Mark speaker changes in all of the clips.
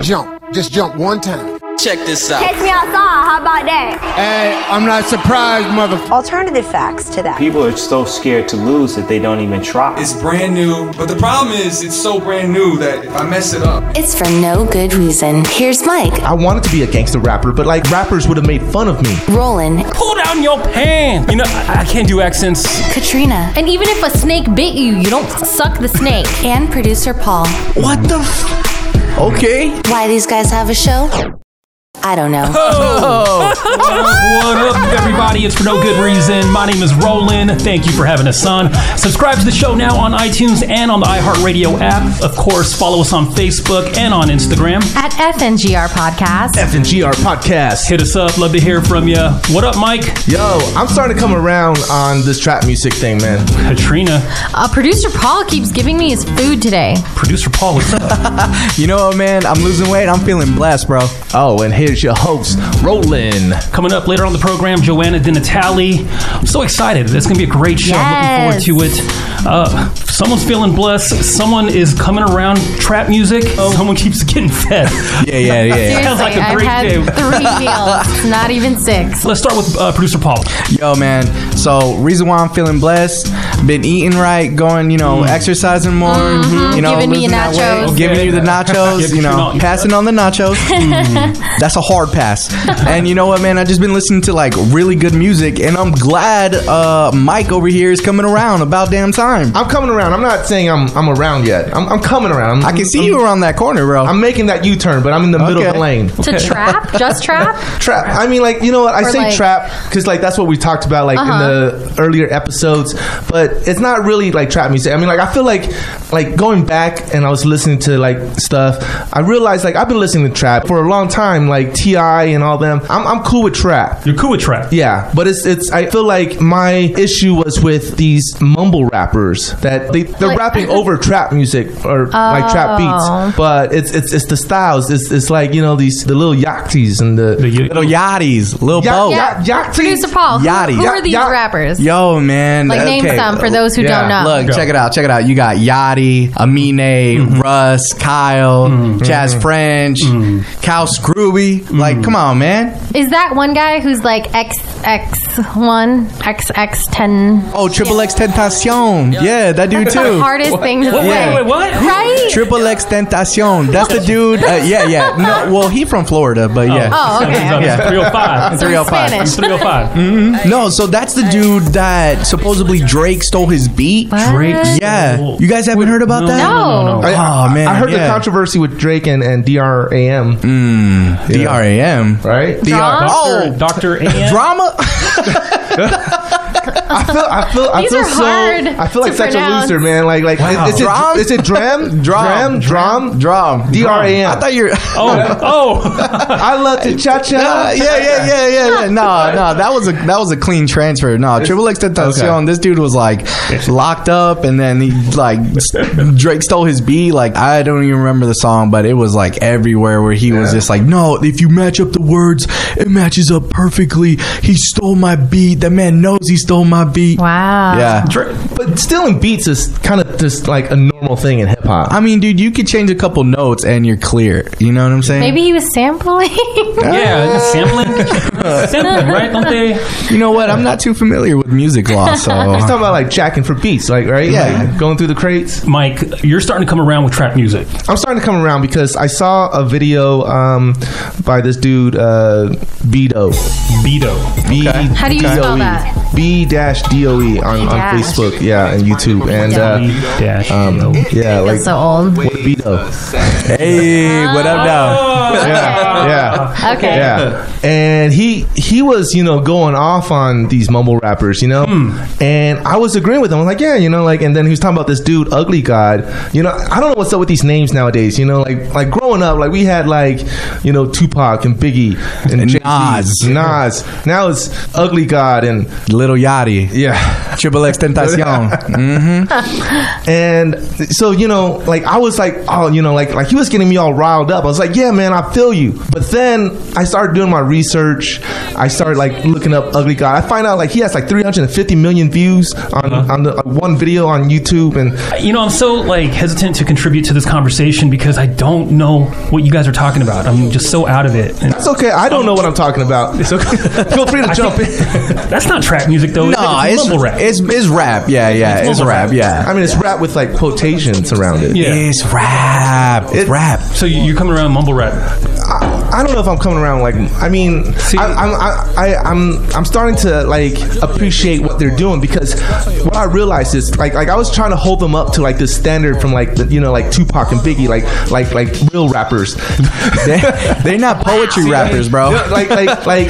Speaker 1: Jump. Just jump one time.
Speaker 2: Check this out.
Speaker 3: Catch me outside. How about that?
Speaker 4: Hey, I'm not surprised, motherfucker.
Speaker 5: Alternative facts to that.
Speaker 6: People are so scared to lose that they don't even try.
Speaker 7: It's brand new, but the problem is it's so brand new that if I mess it up,
Speaker 8: It's for no good reason. Here's Mike,
Speaker 9: I wanted to be a gangster rapper, but like rappers would have made fun of me.
Speaker 8: Roland,
Speaker 10: Pull down your pants. You know, I, I can't do accents.
Speaker 8: Katrina,
Speaker 3: And even if a snake bit you, you don't suck the snake.
Speaker 8: and producer Paul.
Speaker 9: What the f? Okay.
Speaker 8: Why these guys have a show? I don't know.
Speaker 10: What up, everybody? It's for no good reason. My name is Roland. Thank you for having us on. Subscribe to the show now on iTunes and on the iHeartRadio app. Of course, follow us on Facebook and on Instagram.
Speaker 3: At FNGR Podcast.
Speaker 9: F and GR podcast.
Speaker 10: Hit us up. Love to hear from you. What up, Mike?
Speaker 9: Yo, I'm starting to come around on this trap music thing, man.
Speaker 10: Katrina.
Speaker 3: Uh, producer Paul keeps giving me his food today.
Speaker 10: Producer Paul, what's up?
Speaker 11: You know what, man? I'm losing weight. I'm feeling blessed, bro.
Speaker 9: Oh, and here's your host, Roland.
Speaker 10: Coming up later on the program, Joanna DiNatale. I'm so excited. It's going to be a great show. I'm
Speaker 3: Yes.
Speaker 10: Looking forward to it. Uh, someone's feeling blessed. Someone is coming around trap music. Someone keeps getting fed.
Speaker 11: Yeah, yeah, yeah.
Speaker 10: Sounds like a
Speaker 3: I've
Speaker 10: great
Speaker 3: had
Speaker 10: day.
Speaker 3: three meals, not even six.
Speaker 10: Let's start with uh, producer Paul.
Speaker 11: Yo, Oh, man. So, reason why I'm feeling blessed, been eating right, going, you
Speaker 2: Mm.
Speaker 11: know, exercising more, you know,
Speaker 3: Giving me
Speaker 11: losing
Speaker 3: nachos.
Speaker 11: that weight,
Speaker 10: Okay.
Speaker 11: giving you the
Speaker 10: Yeah,
Speaker 11: nachos, you
Speaker 10: you're
Speaker 11: know,
Speaker 10: not-
Speaker 11: passing on the nachos. That's a hard pass. and you know what, man? I just been listening to like really good music, and I'm glad uh, Mike over here is coming around about damn time.
Speaker 9: I'm coming around. I'm not saying I'm I'm around yet. I'm, I'm coming around. I'm,
Speaker 11: I can see
Speaker 9: I'm-
Speaker 11: you around that corner, bro.
Speaker 9: I'm making that U-turn, but I'm in the middle of
Speaker 11: Okay.
Speaker 9: the lane.
Speaker 3: To trap? Just trap?
Speaker 9: Trap. I mean, like you know what? I
Speaker 3: Or
Speaker 9: say
Speaker 3: like-
Speaker 9: trap because like that's what we talked about like
Speaker 3: Uh-huh.
Speaker 9: in the earlier episodes. But it's not really like trap music. I mean, like I feel like like going back and I was listening to like stuff. I realized like I've been listening to trap for a long time, like Ti and all them. I'm I'm cool with trap.
Speaker 10: You're cool with trap.
Speaker 9: Yeah, but it's it's. I feel like my issue was with these mumble rappers that they they're
Speaker 3: Like-
Speaker 9: rapping over trap music or like trap
Speaker 3: Oh.
Speaker 9: beats, but it's it's it's the styles. It's it's like you know these the little yachties and the.
Speaker 10: The- you-
Speaker 11: little Yachty's, little
Speaker 9: Ya-
Speaker 11: boat.
Speaker 9: ya- yachties.
Speaker 3: Producer Paul, who,
Speaker 11: Yachty.
Speaker 3: who are
Speaker 9: Ya-
Speaker 3: these
Speaker 9: ya-
Speaker 3: rappers?
Speaker 11: Yo, Oh, man.
Speaker 3: Like, name
Speaker 11: okay.
Speaker 3: some for those who
Speaker 9: Yeah.
Speaker 3: don't know.
Speaker 11: Look, check it out. Check it out. You got Yachty, Amine,
Speaker 9: Mm-hmm.
Speaker 11: Russ, Kyle, Chaz French,
Speaker 9: Mm-hmm.
Speaker 11: Cal Scrooby. Like, come on, man.
Speaker 3: Is that one guy who's like XX1, XX10?
Speaker 11: Oh, Triple X Tentacion. Yeah, that dude
Speaker 3: That's the
Speaker 11: too.
Speaker 3: hardest thing to
Speaker 10: Wait,
Speaker 3: say.
Speaker 10: wait, wait, what?
Speaker 3: Right?
Speaker 11: Triple X Tentacion. That's the dude. Uh, yeah, yeah. No, well, he from Florida, but yeah.
Speaker 3: Oh, okay. okay.
Speaker 10: Yeah. 305.
Speaker 3: So it's
Speaker 11: 305.
Speaker 3: Spanish.
Speaker 10: 305.
Speaker 11: No, Oh, so that's the dude that supposedly Drake stole his beat.
Speaker 10: Drake.
Speaker 11: Yeah. You guys haven't heard about that?
Speaker 3: No.
Speaker 10: no, no.
Speaker 9: I,
Speaker 11: Oh, man,
Speaker 9: I heard the
Speaker 11: yeah. Mm.
Speaker 9: controversy with Drake and and DRAM,
Speaker 11: DRAM.
Speaker 9: right?
Speaker 3: Drama?
Speaker 11: Oh,
Speaker 10: Doctor A.
Speaker 11: drama.
Speaker 9: I feel I feel I
Speaker 3: These
Speaker 9: feel
Speaker 3: are
Speaker 9: so
Speaker 3: hard
Speaker 9: I feel like
Speaker 3: to
Speaker 9: such
Speaker 3: pronounce.
Speaker 9: a loser, man. Like like
Speaker 10: Wow.
Speaker 9: is, is
Speaker 11: Drum?
Speaker 9: it is it dram dram dram
Speaker 11: Drum.
Speaker 9: DRAM.
Speaker 11: I thought you were.
Speaker 10: Oh, oh.
Speaker 9: I love to cha
Speaker 11: Uh,
Speaker 9: cha.
Speaker 11: yeah, yeah, yeah, yeah, yeah. No, no, that was a that was a clean transfer. No, Triple X Tentacion. This dude was like locked up, and then he like Drake stole his beat. Like I don't even remember the song, but it was like everywhere where he was just like, no, if you match up the words, it matches up perfectly. He stole my beat. That man knows he stole my beat.
Speaker 3: Wow.
Speaker 11: Yeah.
Speaker 9: But stealing beats is kind of just like a normal thing in hip hop.
Speaker 11: I mean, dude, you could change a couple notes and you're clear. You know what I'm saying?
Speaker 3: Maybe he was sampling.
Speaker 10: Yeah, sampling. sampling, right? Don't they?
Speaker 11: You know what? I'm not too familiar with music law, so
Speaker 9: He's talking about like jacking for beats, like right?
Speaker 11: Yeah.
Speaker 9: Like, going through the crates.
Speaker 10: Mike, you're starting to come around with trap music.
Speaker 9: I'm starting to come around because I saw a video um, by this dude uh, Beto.
Speaker 10: Beto.
Speaker 9: B-
Speaker 3: How do you spell that?
Speaker 9: B dash D O E on, on
Speaker 3: Dash.
Speaker 9: Facebook, yeah, and YouTube, and uh,
Speaker 10: Dash.
Speaker 9: um, yeah, like
Speaker 3: That's so old.
Speaker 9: what Beto,
Speaker 11: hey, what up, now?
Speaker 10: Oh.
Speaker 9: yeah, yeah.
Speaker 3: Okay.
Speaker 9: Yeah. And he he was, you know, going off on these mumble rappers, you know? And I was agreeing with him. I was like, yeah, you know, like and then he was talking about this dude, Ugly God. You know, I don't know what's up with these names nowadays, you know, like like growing up, like we had like, you know, Tupac and Biggie and,
Speaker 11: And
Speaker 9: Jay-Z,
Speaker 11: Nas.
Speaker 9: Nas. Now it's Ugly God and
Speaker 11: Little Yachty.
Speaker 9: yeah.
Speaker 11: Triple X Tentacion.
Speaker 9: And so, you know, like I was like, oh, you know, like like he was getting me all riled up. I was like, yeah, man, I I feel you. But then I started doing my research. I started like looking up Ugly God. I find out like he has like 350 million views on on the, on one video on YouTube, and
Speaker 10: You know, I'm so like hesitant to contribute to this conversation because I don't know what you guys are talking about. I'm just so out of it. And
Speaker 9: it's okay. I don't know what I'm talking about. So feel free to jump in.
Speaker 10: that's not trap music though. is it?
Speaker 11: No,
Speaker 10: it's,
Speaker 11: it's
Speaker 10: mumble rap.
Speaker 11: It's, it's rap. Yeah, yeah. It's,
Speaker 10: mumble
Speaker 11: rap.
Speaker 10: rap.
Speaker 11: Yeah.
Speaker 9: I mean, it's rap with like quotations around it.
Speaker 10: yeah.
Speaker 11: It's rap. It's
Speaker 9: It-
Speaker 11: rap.
Speaker 10: so you- you're coming around mumble rap.
Speaker 9: I, I don't know if I'm coming around. Like, I mean,
Speaker 10: See-
Speaker 9: I, I'm, I, I, I'm, I'm starting to like appreciate what they're doing because what I realized is like, like I was trying to hold them up to like this standard from like the, you know like Tupac and Biggie, like like like real rappers.
Speaker 11: They- They're not poetry rappers, bro.
Speaker 9: Yeah, like, like, like,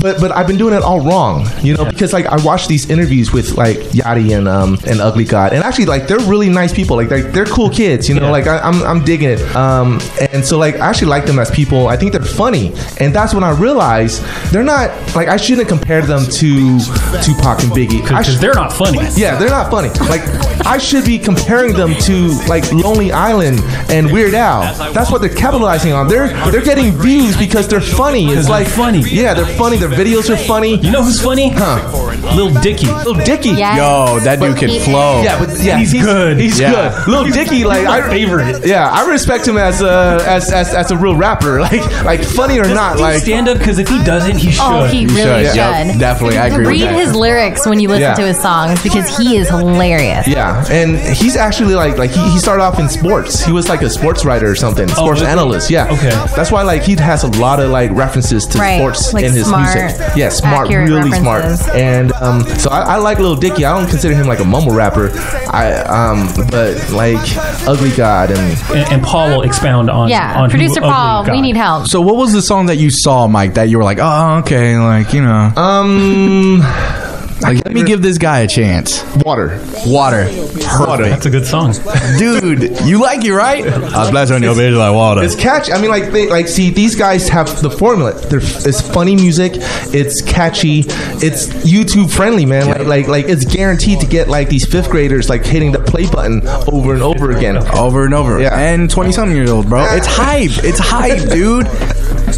Speaker 9: but but I've been doing it all wrong, you know, because like I watched these interviews with like Yachty and um and Ugly God, and actually like they're really nice people, like they're, they're cool kids, you know, like I, I'm I'm digging it, um, and so like I actually like them as people. I think they're funny, and that's when I realized they're not like I shouldn't compare them to Tupac and Biggie. I
Speaker 10: Because
Speaker 9: should-
Speaker 10: they're not funny.
Speaker 9: yeah, they're not funny. Like I should be comparing them to like Lonely Island and Weird Al. That's what they're capitalizing on. They're they're getting views because they're funny. It's
Speaker 10: they're
Speaker 9: like
Speaker 10: funny.
Speaker 9: Yeah, they're funny. Their videos are funny.
Speaker 10: You know who's funny? Lil Dicky.
Speaker 9: Little Dicky.
Speaker 8: Yes.
Speaker 11: Yo, that dude
Speaker 8: He
Speaker 11: can
Speaker 8: is.
Speaker 11: flow.
Speaker 9: Yeah, but yeah,
Speaker 10: He's good.
Speaker 9: He's
Speaker 11: Yeah.
Speaker 9: good. Little Dicky, like
Speaker 10: my
Speaker 9: I
Speaker 10: favorite.
Speaker 9: Yeah, I respect him as a as, as as a real rapper. Like like funny or not, like
Speaker 10: stand up because if he doesn't, he should.
Speaker 8: Oh, he really
Speaker 11: should,
Speaker 8: should.
Speaker 11: yeah. Definitely, I agree with
Speaker 8: Read
Speaker 11: that.
Speaker 8: his lyrics when you listen
Speaker 9: Yeah.
Speaker 8: to his songs because he is hilarious.
Speaker 9: Yeah, and he's actually like like he, he started off in sports. He was like a sports writer or
Speaker 11: Oh,
Speaker 9: something, sports
Speaker 10: was he?
Speaker 9: analyst. Yeah,
Speaker 10: Okay.
Speaker 9: That's why like he has a lot of like references to
Speaker 8: Right,
Speaker 9: sports
Speaker 8: like
Speaker 9: in his
Speaker 8: smart,
Speaker 9: music. Yeah, smart,
Speaker 8: accurate
Speaker 9: really
Speaker 8: references.
Speaker 9: smart. And um, so I, I like Lil Dicky. I don't consider him like a mumble rapper. I um, but like Ugly God and
Speaker 10: and, and Paul will expound on.
Speaker 8: Yeah,
Speaker 10: on who
Speaker 8: producer
Speaker 10: Ugly
Speaker 8: Paul,
Speaker 10: got.
Speaker 8: we need help.
Speaker 11: So what was the song that you saw, Mike, that you were like, oh, okay, like, you know,
Speaker 9: um,
Speaker 11: like, let me give this guy a chance.
Speaker 9: water.
Speaker 11: Water.
Speaker 10: That's a good song.
Speaker 11: Dude, you like it, right? I was blessed on your bitch like water.
Speaker 9: It's catchy. I mean, like, they, like, see, these guys have the formula. They're, it's funny music. It's catchy. It's YouTube friendly, man. Like, like, like, it's guaranteed to get like these fifth graders like hitting the play button over and over again.
Speaker 11: over and over.
Speaker 9: Yeah.
Speaker 11: And 20 something years old, bro. It's hype. It's hype, dude.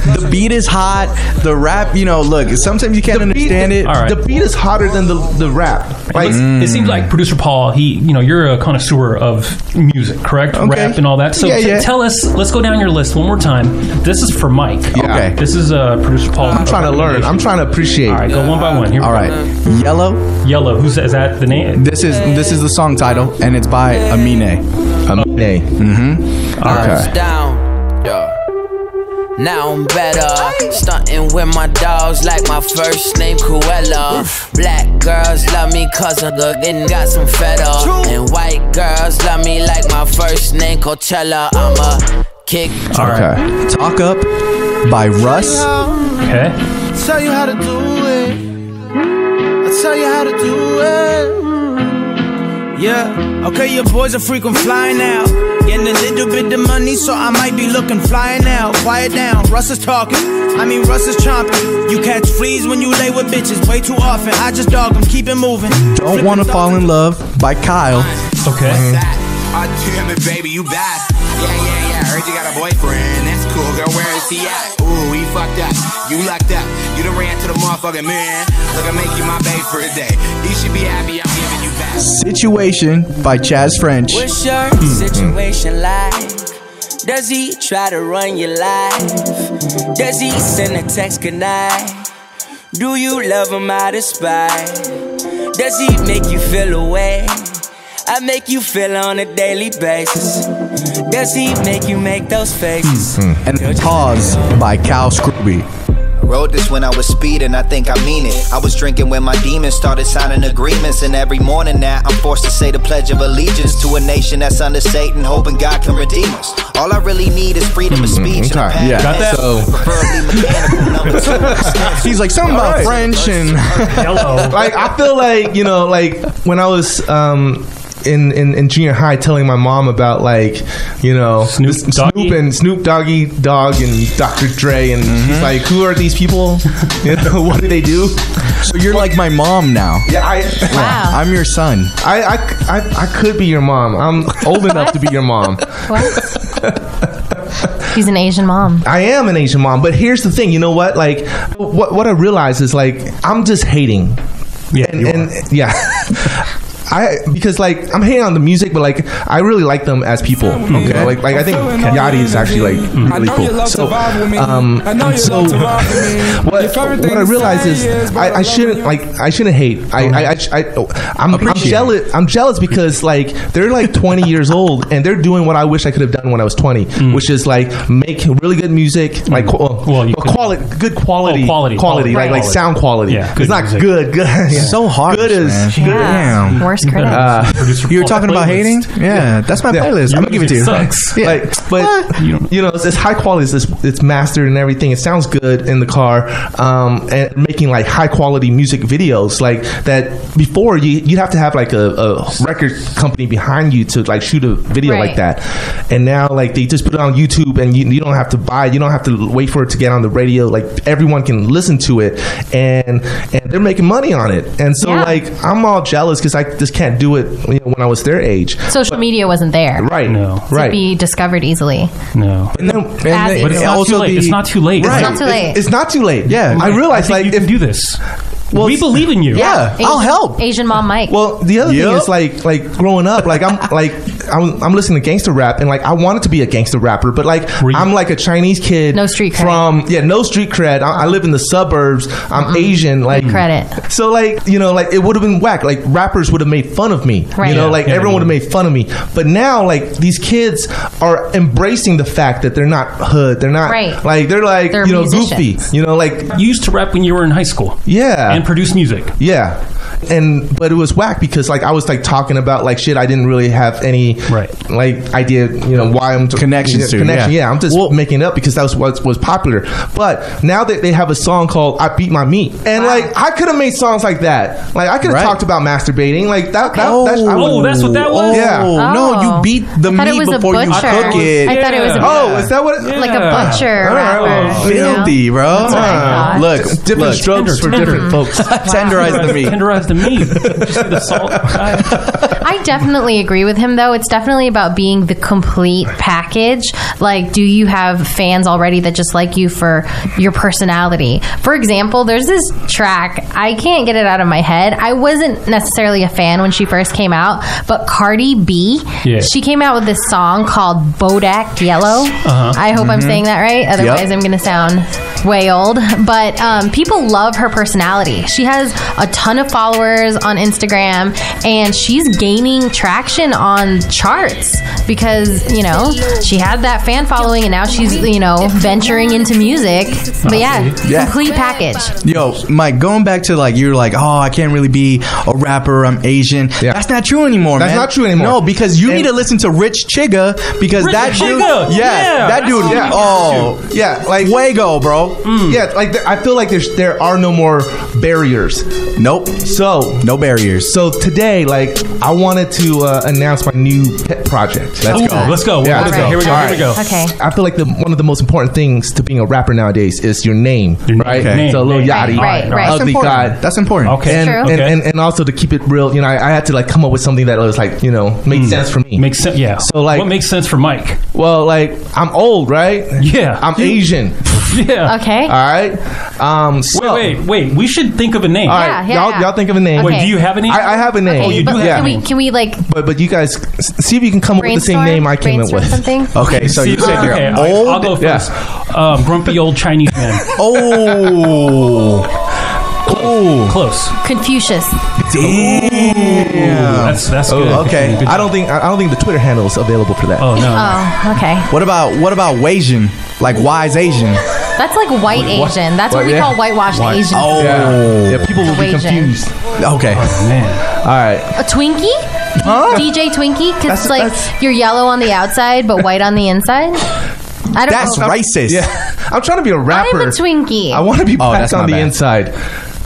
Speaker 11: The beat is hot. The rap, you know, look, sometimes you can't understand it.
Speaker 10: All right.
Speaker 9: The beat is hotter than the the rap. Like,
Speaker 11: Mm.
Speaker 10: It seems like producer Paul, he, you know, you're a connoisseur of music, correct? Rap and all that. So
Speaker 11: Yeah,
Speaker 10: t-
Speaker 11: yeah.
Speaker 10: tell us, let's go down your list one more time. This is for Mike.
Speaker 11: Okay.
Speaker 10: This is uh, producer Paul.
Speaker 9: I'm trying to learn. I'm trying to appreciate.
Speaker 10: All right, go one by one. Here we
Speaker 11: All
Speaker 10: go.
Speaker 11: right. Yellow.
Speaker 10: Yellow. Who's is that? The name?
Speaker 11: This is this is the song title and it's by Amine. Mm-hmm.
Speaker 9: Nay.
Speaker 2: down. Yeah. Now I'm better. Stunting with my dogs like my first name Cruella. Black girls love me cause I look and got some feta. And white girls love me like my first name Coachella. I'm a kick.
Speaker 10: All right.
Speaker 11: Talk Up by Russ.
Speaker 10: Okay.
Speaker 4: Tell you how to do it. I tell you how to do it. Yeah. Okay, your boy's a frequent flying now. Getting a little bit of money, so I might be looking flying now. Quiet down, Russ is talking. I mean, Russ is chomping. You catch fleas when you lay with bitches way too often. I just dog them, keep it moving.
Speaker 11: Don't Wanna Fall in Love by Kyle.
Speaker 10: Okay.
Speaker 5: I damn it, baby, you back. Yeah, yeah, yeah. Heard you got a boyfriend. That's cool, girl. Where is he at? Ooh, he fucked up. You locked up. You done ran to the motherfucking man. Look, I make you my babe for a day. You should be happy. I'm giving you back.
Speaker 11: Situation by Chaz French.
Speaker 2: What's your situation like? Does he try to run your life? Does he send a text goodnight? Do you love him out of spite? Does he make you feel away? I make you feel on a daily basis. Does he make you make those faces?
Speaker 11: And Pause by Cal Scrooby.
Speaker 5: Wrote this when I was speeding, I think I mean it. I was drinking when my demons started signing agreements, and every morning now I'm forced to say the Pledge of Allegiance to a nation that's under Satan, hoping God can redeem us. All I really need is freedom of speech and a
Speaker 9: okay,
Speaker 5: path
Speaker 11: yeah.
Speaker 9: Got that?
Speaker 5: that's
Speaker 9: So-
Speaker 5: preferably mechanical number two.
Speaker 11: He's like something about French and
Speaker 10: Yellow.
Speaker 9: like I feel like you know, like when I was um, in, in in junior high, telling my mom about like you know
Speaker 10: Snoop
Speaker 9: this-
Speaker 10: Doggy?
Speaker 9: Snoop and Snoop Doggy Dog and Dr. Dre, and
Speaker 10: Mm-hmm.
Speaker 9: she's like, "Who are these people? You know, what do they do?"
Speaker 11: so you're like my mom now.
Speaker 9: Yeah, I.
Speaker 8: Wow.
Speaker 11: I'm your son.
Speaker 9: I, I, I, I could be your mom. I'm old enough to be your mom.
Speaker 8: What?
Speaker 3: She's an Asian mom.
Speaker 9: I am an Asian mom, but here's the thing. You know what? Like, what what I realize is like I'm just hating. Yeah, and, and yeah. I because like I'm hating on the music, but like I really like them as people. Okay, like like I think Yachty is actually like really cool. So um, so what what I realize is I, I shouldn't like I shouldn't hate. I I, I, sh- I oh, I'm, I'm
Speaker 11: Appreciate it.
Speaker 9: jealous. I'm jealous because like they're like 20 years old and they're doing what I wish I could have done when I was 20, which is like make really good music, like qu- quality, good quality,
Speaker 10: quality,
Speaker 9: quality, like like sound quality.
Speaker 10: Yeah,
Speaker 9: it's not good. Good. Yeah.
Speaker 11: So harsh,
Speaker 9: Good is
Speaker 11: man.
Speaker 9: good.
Speaker 11: Damn.
Speaker 3: Worst critic.
Speaker 9: Uh,
Speaker 11: You were talking about hating? Yeah, that's my playlist. I'm gonna give it to you.
Speaker 10: Sucks.
Speaker 11: Yeah.
Speaker 9: like, but you, know, it's, it's high quality. It's, it's mastered and everything. It sounds good in the car. Um, and making like high quality music videos like that. Before you, you'd have to have like a, a record company behind you to like shoot a video
Speaker 3: Right.
Speaker 9: like that. And now like they just put it on YouTube, and you, you don't have to buy. You don't have to wait for it to get on the radio. Like everyone can listen to it, and and they're making money on it. And so
Speaker 3: Yeah.
Speaker 9: like I'm all jealous because I just can't do it you know, when I was their age.
Speaker 3: Social media wasn't there.
Speaker 9: Right.
Speaker 10: No.
Speaker 3: To
Speaker 9: Right.
Speaker 3: be discovered easily.
Speaker 10: No,
Speaker 9: And then-
Speaker 3: As
Speaker 11: they-
Speaker 3: is.
Speaker 10: but it's
Speaker 11: and
Speaker 10: not
Speaker 11: also
Speaker 10: too late.
Speaker 11: the-
Speaker 10: it's not too late.
Speaker 9: Right.
Speaker 3: not too late.
Speaker 9: It's not too late. Yeah, I realize
Speaker 10: Like
Speaker 9: like
Speaker 10: you
Speaker 9: if
Speaker 10: can do this.
Speaker 9: Well,
Speaker 10: we believe in you.
Speaker 11: Yeah,
Speaker 3: Asian-
Speaker 11: I'll help.
Speaker 3: Asian mom Mike.
Speaker 9: well, the other thing
Speaker 11: Yep.
Speaker 9: is like like growing up, like I'm like I'm, I'm listening to gangster rap and like I wanted to be a gangster rapper, but like
Speaker 10: Were you-
Speaker 9: I'm like a Chinese kid,
Speaker 3: No street cred.
Speaker 9: from yeah, no street cred. I, I live in the suburbs. I'm
Speaker 3: Uh-huh.
Speaker 9: Asian, like
Speaker 3: Credit.
Speaker 9: So like you know like it would have been whack. Like rappers would have made fun of me.
Speaker 3: Right.
Speaker 9: You know
Speaker 3: Yeah.
Speaker 9: like
Speaker 10: Yeah,
Speaker 9: everyone would
Speaker 10: they
Speaker 9: have made fun of me. But now like these kids are embracing the fact that they're not hood. They're not
Speaker 3: Right.
Speaker 9: like they're like
Speaker 3: They're
Speaker 9: you know
Speaker 3: musicians.
Speaker 9: goofy. You know like
Speaker 10: You used to rap when you were in high school
Speaker 9: yeah
Speaker 10: and produce music.
Speaker 9: Yeah. And but it was whack because like I was like talking about like shit I didn't really have any
Speaker 10: Right.
Speaker 9: like idea you know why I'm t-
Speaker 11: Connections to,
Speaker 9: connection
Speaker 11: yeah.
Speaker 9: yeah. I'm just making it up because that was what was popular but now that they have a song called I beat my meat and like I could have made songs like that like I could have
Speaker 11: Right.
Speaker 9: talked about masturbating like that, that,
Speaker 11: Oh,
Speaker 9: that's I would-
Speaker 10: Oh, that's what that was?
Speaker 9: Yeah.
Speaker 11: Oh, no, you beat the
Speaker 3: I thought it
Speaker 11: meat
Speaker 3: was a
Speaker 11: before you
Speaker 3: butcher.
Speaker 11: cook it. Oh,
Speaker 3: I thought it was a,
Speaker 10: Yeah.
Speaker 9: oh is that what it,
Speaker 10: Yeah.
Speaker 3: like a butcher
Speaker 9: All right,
Speaker 3: rapper. you know?
Speaker 11: Filthy, bro.
Speaker 3: what I
Speaker 11: Uh,
Speaker 3: thought.
Speaker 11: Look,
Speaker 9: different
Speaker 11: look,
Speaker 9: strokes for
Speaker 10: tender.
Speaker 9: different folks
Speaker 11: tenderize the meat.
Speaker 10: Tenderize the meat. Just see the salt.
Speaker 3: I definitely agree with him, though. It's definitely about being the complete package. Like, do you have fans already that just like you for your personality? For example, there's this track. I can't get it out of my head. I wasn't necessarily a fan when she first came out, but Cardi B,
Speaker 10: Yeah.
Speaker 3: she came out with this song called Bodak Yellow.
Speaker 9: Uh-huh.
Speaker 3: I hope
Speaker 9: Mm-hmm.
Speaker 3: I'm saying that right. Otherwise, I'm going to sound way old. But um, people love her personality. She has a ton of followers on Instagram, and she's gaining traction on charts because you know she had that fan following, and now she's you know venturing into music. But yeah,
Speaker 11: Yeah.
Speaker 3: complete package.
Speaker 11: Yo, Mike, going back to like you're like, oh, I can't really be a rapper. I'm Asian.
Speaker 9: Yeah.
Speaker 11: That's not true anymore.
Speaker 9: That's
Speaker 11: man.
Speaker 9: not true anymore.
Speaker 11: No, because you
Speaker 9: And-
Speaker 11: need to listen to Rich Chigga because
Speaker 10: Rich
Speaker 11: that dude,
Speaker 10: Chigga!
Speaker 11: yeah,
Speaker 10: Yeah,
Speaker 11: that dude,
Speaker 10: that's
Speaker 11: yeah,
Speaker 9: all
Speaker 11: oh,
Speaker 9: you need to do. Yeah, like-
Speaker 11: Wago, bro.
Speaker 9: yeah like there, I feel like there's there are no more barriers
Speaker 11: Nope,
Speaker 9: so
Speaker 11: no barriers.
Speaker 9: So today, like, I wanted to uh, announce my new pet project.
Speaker 11: Let's
Speaker 10: Ooh,
Speaker 11: go.
Speaker 10: Let's go.
Speaker 9: Yeah, let's
Speaker 10: let's go.
Speaker 9: go.
Speaker 10: Here we go.
Speaker 9: All
Speaker 10: Here we go.
Speaker 3: Okay.
Speaker 9: I feel like the, one of the most important things to being a rapper nowadays is your name, right?
Speaker 10: name.
Speaker 9: So Lil
Speaker 10: Name.
Speaker 9: Yachty,
Speaker 3: Right, right, right. That's
Speaker 9: Ugly
Speaker 11: important.
Speaker 9: God.
Speaker 11: That's important.
Speaker 10: Okay.
Speaker 9: And,
Speaker 3: True.
Speaker 9: and,
Speaker 10: Okay.
Speaker 9: and, and also to keep it real, you know, I, I had to like come up with something that was like, you know, made sense for me.
Speaker 10: Hmm. Makes sense. Yeah.
Speaker 9: So, like-
Speaker 10: what makes sense for Mike?
Speaker 9: well, like, I'm old, right?
Speaker 10: Yeah.
Speaker 9: I'm
Speaker 10: You-
Speaker 9: Asian,
Speaker 10: Yeah.
Speaker 3: Okay.
Speaker 9: all right? Um, so,
Speaker 10: Wait, wait, wait. We should think of a name.
Speaker 9: All
Speaker 3: Yeah,
Speaker 9: right,
Speaker 3: yeah,
Speaker 9: y'all,
Speaker 3: yeah.
Speaker 9: y'all think of a name.
Speaker 10: Wait,
Speaker 3: Okay.
Speaker 10: do you have a name?
Speaker 9: I, I Oh, have a name.
Speaker 3: Okay,
Speaker 10: you do
Speaker 3: but
Speaker 10: have
Speaker 9: yeah.
Speaker 3: can we can we like
Speaker 9: but, but you guys, see if you can come up with the same
Speaker 3: brainstorm-
Speaker 9: name I came up
Speaker 3: brainstorm
Speaker 9: with.
Speaker 3: something?
Speaker 11: Okay, so you said you're
Speaker 10: okay, I-
Speaker 11: old.
Speaker 10: I'll go
Speaker 9: yeah.
Speaker 10: first. Um, grumpy old Chinese man.
Speaker 11: oh,
Speaker 10: Close.
Speaker 9: Oh.
Speaker 3: Confucius.
Speaker 10: That's that's good.
Speaker 11: okay.
Speaker 10: Good
Speaker 9: I don't think I don't think the Twitter handle is available for that.
Speaker 10: Oh no.
Speaker 3: Oh, okay.
Speaker 11: What about what about Wasian? Like wise Asian?
Speaker 3: That's like white Asian. That's what,
Speaker 9: What?
Speaker 3: we
Speaker 9: Yeah.
Speaker 3: call whitewashed Asian.
Speaker 11: Oh,
Speaker 9: Yeah. yeah, people will be
Speaker 3: Asian.
Speaker 9: confused.
Speaker 11: okay.
Speaker 10: Man.
Speaker 9: All right,
Speaker 3: A Twinkie? DJ Twinkie? Because
Speaker 9: That's-
Speaker 3: it's like
Speaker 9: that's-
Speaker 3: you're yellow on the outside but white on the inside. I don't
Speaker 11: That's
Speaker 3: know.
Speaker 11: racist.
Speaker 9: yeah, I'm trying to be a
Speaker 3: I'm
Speaker 9: rapper.
Speaker 3: a Twinkie.
Speaker 9: I want to be
Speaker 11: Oh,
Speaker 9: black
Speaker 11: that's
Speaker 9: on
Speaker 11: my
Speaker 9: the
Speaker 11: bad.
Speaker 9: inside.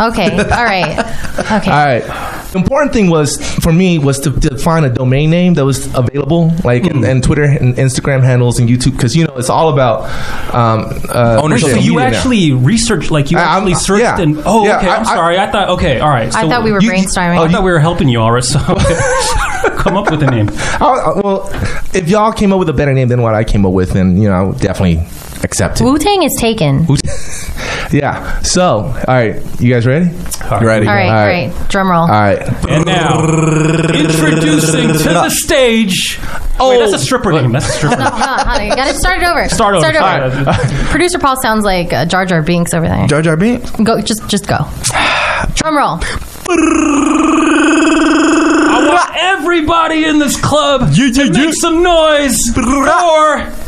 Speaker 3: okay. All right. Okay.
Speaker 9: All right. The important thing was for me was to, to find a domain name that was available, like
Speaker 11: Hmm.
Speaker 9: and, and Twitter and Instagram handles and YouTube, because you know it's all about um, uh,
Speaker 11: Ownership.
Speaker 9: social
Speaker 10: So you
Speaker 9: media now.
Speaker 10: actually researched, like you
Speaker 9: I- I'm-
Speaker 10: actually searched,
Speaker 9: yeah.
Speaker 10: and oh,
Speaker 9: Yeah,
Speaker 10: okay. I, am
Speaker 9: I- I-
Speaker 10: sorry. Oh, I thought okay, all right.
Speaker 3: I
Speaker 10: so
Speaker 3: thought we were
Speaker 9: you-
Speaker 3: brainstorming.
Speaker 10: I thought we were helping you. All right. So come up with a name?
Speaker 9: I'll- well, if y'all came up with a better name than what I came up with, then you know I would definitely accept it.
Speaker 8: Wu Tang is taken.
Speaker 9: Yeah. So, all right, you guys ready?
Speaker 11: Oh.
Speaker 8: All right, great. Drum roll.
Speaker 9: All right.
Speaker 10: And now, introducing to the stage. Oh, Wait, that's a stripper name. That's a stripper.
Speaker 8: No,
Speaker 10: name.
Speaker 8: no, honey, you got to start it over.
Speaker 10: Start over.
Speaker 8: Producer Paul sounds like uh, Jar Jar Binks over there.
Speaker 11: Jar Jar Binks.
Speaker 8: Go, just, just go. Drum roll.
Speaker 10: I want everybody in this club to make some noise for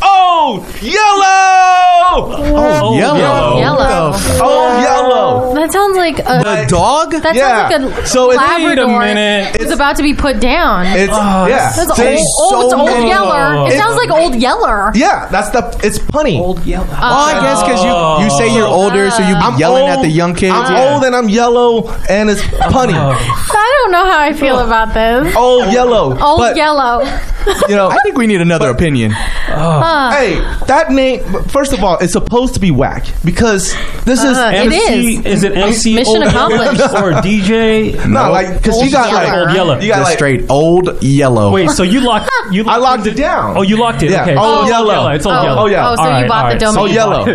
Speaker 10: Oh Yellow! Oh,
Speaker 11: yellow.
Speaker 8: Yellow.
Speaker 9: Oh, yellow.
Speaker 8: That sounds like a
Speaker 9: The dog?
Speaker 8: That
Speaker 9: Yeah.
Speaker 8: sounds like a
Speaker 9: So it's- Wait a
Speaker 8: Labrador.
Speaker 9: minute.
Speaker 8: It's about to be put down.
Speaker 9: It's
Speaker 11: Oh.
Speaker 9: yeah.
Speaker 8: That's old,
Speaker 9: There's
Speaker 8: old, it's
Speaker 9: so
Speaker 8: old
Speaker 9: many-
Speaker 8: Yeller. It,
Speaker 9: It's-
Speaker 8: sounds like old Yeller.
Speaker 9: Yeah, that's the it's punny. Old yellow.
Speaker 11: Oh,
Speaker 8: Uh,
Speaker 11: I guess because you you say you're older, so you be
Speaker 9: I'm
Speaker 11: yelling at
Speaker 9: old.
Speaker 11: the young kids.
Speaker 9: I'm old and Oh. I'm yellow and it's punny.
Speaker 8: I don't know how I feel about this.
Speaker 9: old yellow.
Speaker 8: Old
Speaker 9: but,
Speaker 8: Yellow.
Speaker 9: You know,
Speaker 11: I think we need another opinion.
Speaker 8: Uh,
Speaker 9: hey, that name. First of all, it's supposed to be whack because this is
Speaker 8: Uh, it
Speaker 10: MC,
Speaker 8: is.
Speaker 10: is it MC
Speaker 8: Mission
Speaker 10: Old Yeller
Speaker 8: accomplished.
Speaker 10: or DJ?
Speaker 9: no, like because you got
Speaker 8: Old
Speaker 9: like
Speaker 10: Old Yeller.
Speaker 9: you got
Speaker 11: The
Speaker 9: like
Speaker 11: straight old yellow.
Speaker 10: Wait, so you locked you
Speaker 9: I
Speaker 10: locked,
Speaker 9: locked it down.
Speaker 10: Oh, you locked it.
Speaker 9: Yeah.
Speaker 10: Okay.
Speaker 9: Oh,
Speaker 10: It's
Speaker 9: yellow.
Speaker 10: It's old
Speaker 9: Oh,
Speaker 10: yellow.
Speaker 9: oh, yeah.
Speaker 8: Oh, so
Speaker 10: All
Speaker 8: you
Speaker 10: right,
Speaker 8: bought
Speaker 10: all
Speaker 8: the
Speaker 10: right.
Speaker 8: domain.
Speaker 9: oh yellow.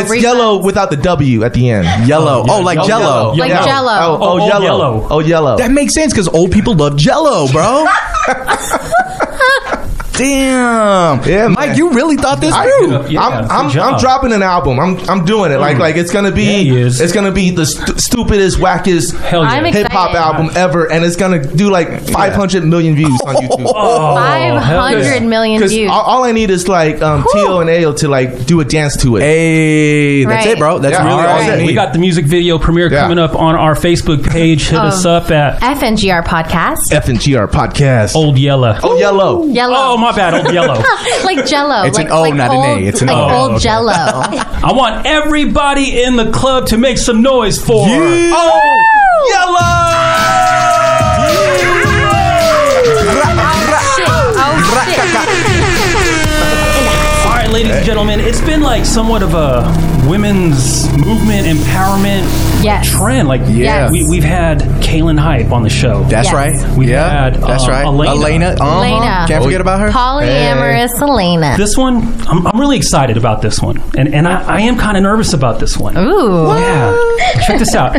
Speaker 9: it's
Speaker 8: reason.
Speaker 9: yellow without the W at the end.
Speaker 11: Yellow. Oh, like
Speaker 10: yeah.
Speaker 11: jello.
Speaker 8: Like
Speaker 9: Yeah.
Speaker 8: Jell-O.
Speaker 9: Oh, oh,
Speaker 10: Oh,
Speaker 9: yellow.
Speaker 10: yellow.
Speaker 9: Oh yellow.
Speaker 11: That makes sense because old people love jello, bro. Damn.
Speaker 9: Yeah,
Speaker 11: Mike,
Speaker 9: man.
Speaker 11: you really thought this through.
Speaker 10: Yeah,
Speaker 9: I'm,
Speaker 10: good
Speaker 9: I'm, I'm
Speaker 10: job.
Speaker 9: dropping an album. I'm, I'm doing it. Like like it's gonna be
Speaker 10: Yeah, he is.
Speaker 9: it's gonna be the stu- stupidest wackest
Speaker 10: Hell yeah.
Speaker 8: I'm ex-
Speaker 9: hip hop
Speaker 8: Excited.
Speaker 9: album ever, and it's gonna do like 500 million views on YouTube.
Speaker 10: Oh,
Speaker 8: Five hundred million
Speaker 9: Because
Speaker 8: views.
Speaker 9: all, all I need is like um, Tio and Ayo to like do a dance to it.
Speaker 11: Hey, that's
Speaker 8: Right.
Speaker 11: it, bro. That's
Speaker 9: Yeah,
Speaker 11: really
Speaker 9: right.
Speaker 11: all
Speaker 9: That's
Speaker 11: you
Speaker 9: it.
Speaker 11: need.
Speaker 10: We got the music video premiere
Speaker 9: Yeah.
Speaker 10: coming up on our Facebook page. Hit us
Speaker 8: Oh.
Speaker 10: up at
Speaker 8: FNGR podcast.
Speaker 9: F and GR podcast.
Speaker 10: Old Yellow.
Speaker 9: oh yellow.
Speaker 8: Yellow.
Speaker 10: Oh, my bad, Old Yellow.
Speaker 9: Oh.
Speaker 8: like Jello.
Speaker 11: It's
Speaker 8: like,
Speaker 11: an O,
Speaker 8: like
Speaker 11: not an
Speaker 8: old,
Speaker 11: A. It's an
Speaker 8: like
Speaker 10: O.
Speaker 8: old
Speaker 10: Okay.
Speaker 8: Jello.
Speaker 10: I want everybody in the club to make some noise for
Speaker 9: Oh
Speaker 8: shit. Oh shit.
Speaker 10: All right, ladies and gentlemen, it's been like somewhat of a women's movement empowerment
Speaker 8: Yes.
Speaker 10: trend. Like,
Speaker 8: Yes.
Speaker 10: we, we've had Kaylin Hype on the show.
Speaker 11: That's
Speaker 8: Yes.
Speaker 11: right.
Speaker 10: We've
Speaker 11: yeah,
Speaker 10: had,
Speaker 11: that's
Speaker 10: um,
Speaker 11: right.
Speaker 10: Elena.
Speaker 11: Elena. uh-huh.
Speaker 8: Elena.
Speaker 11: Can't forget about her.
Speaker 8: Polyamorous Selena.
Speaker 10: this one, I'm, I'm really excited about this one, and and I, I am kind of nervous about this one.
Speaker 8: Ooh.
Speaker 10: Yeah, check this out.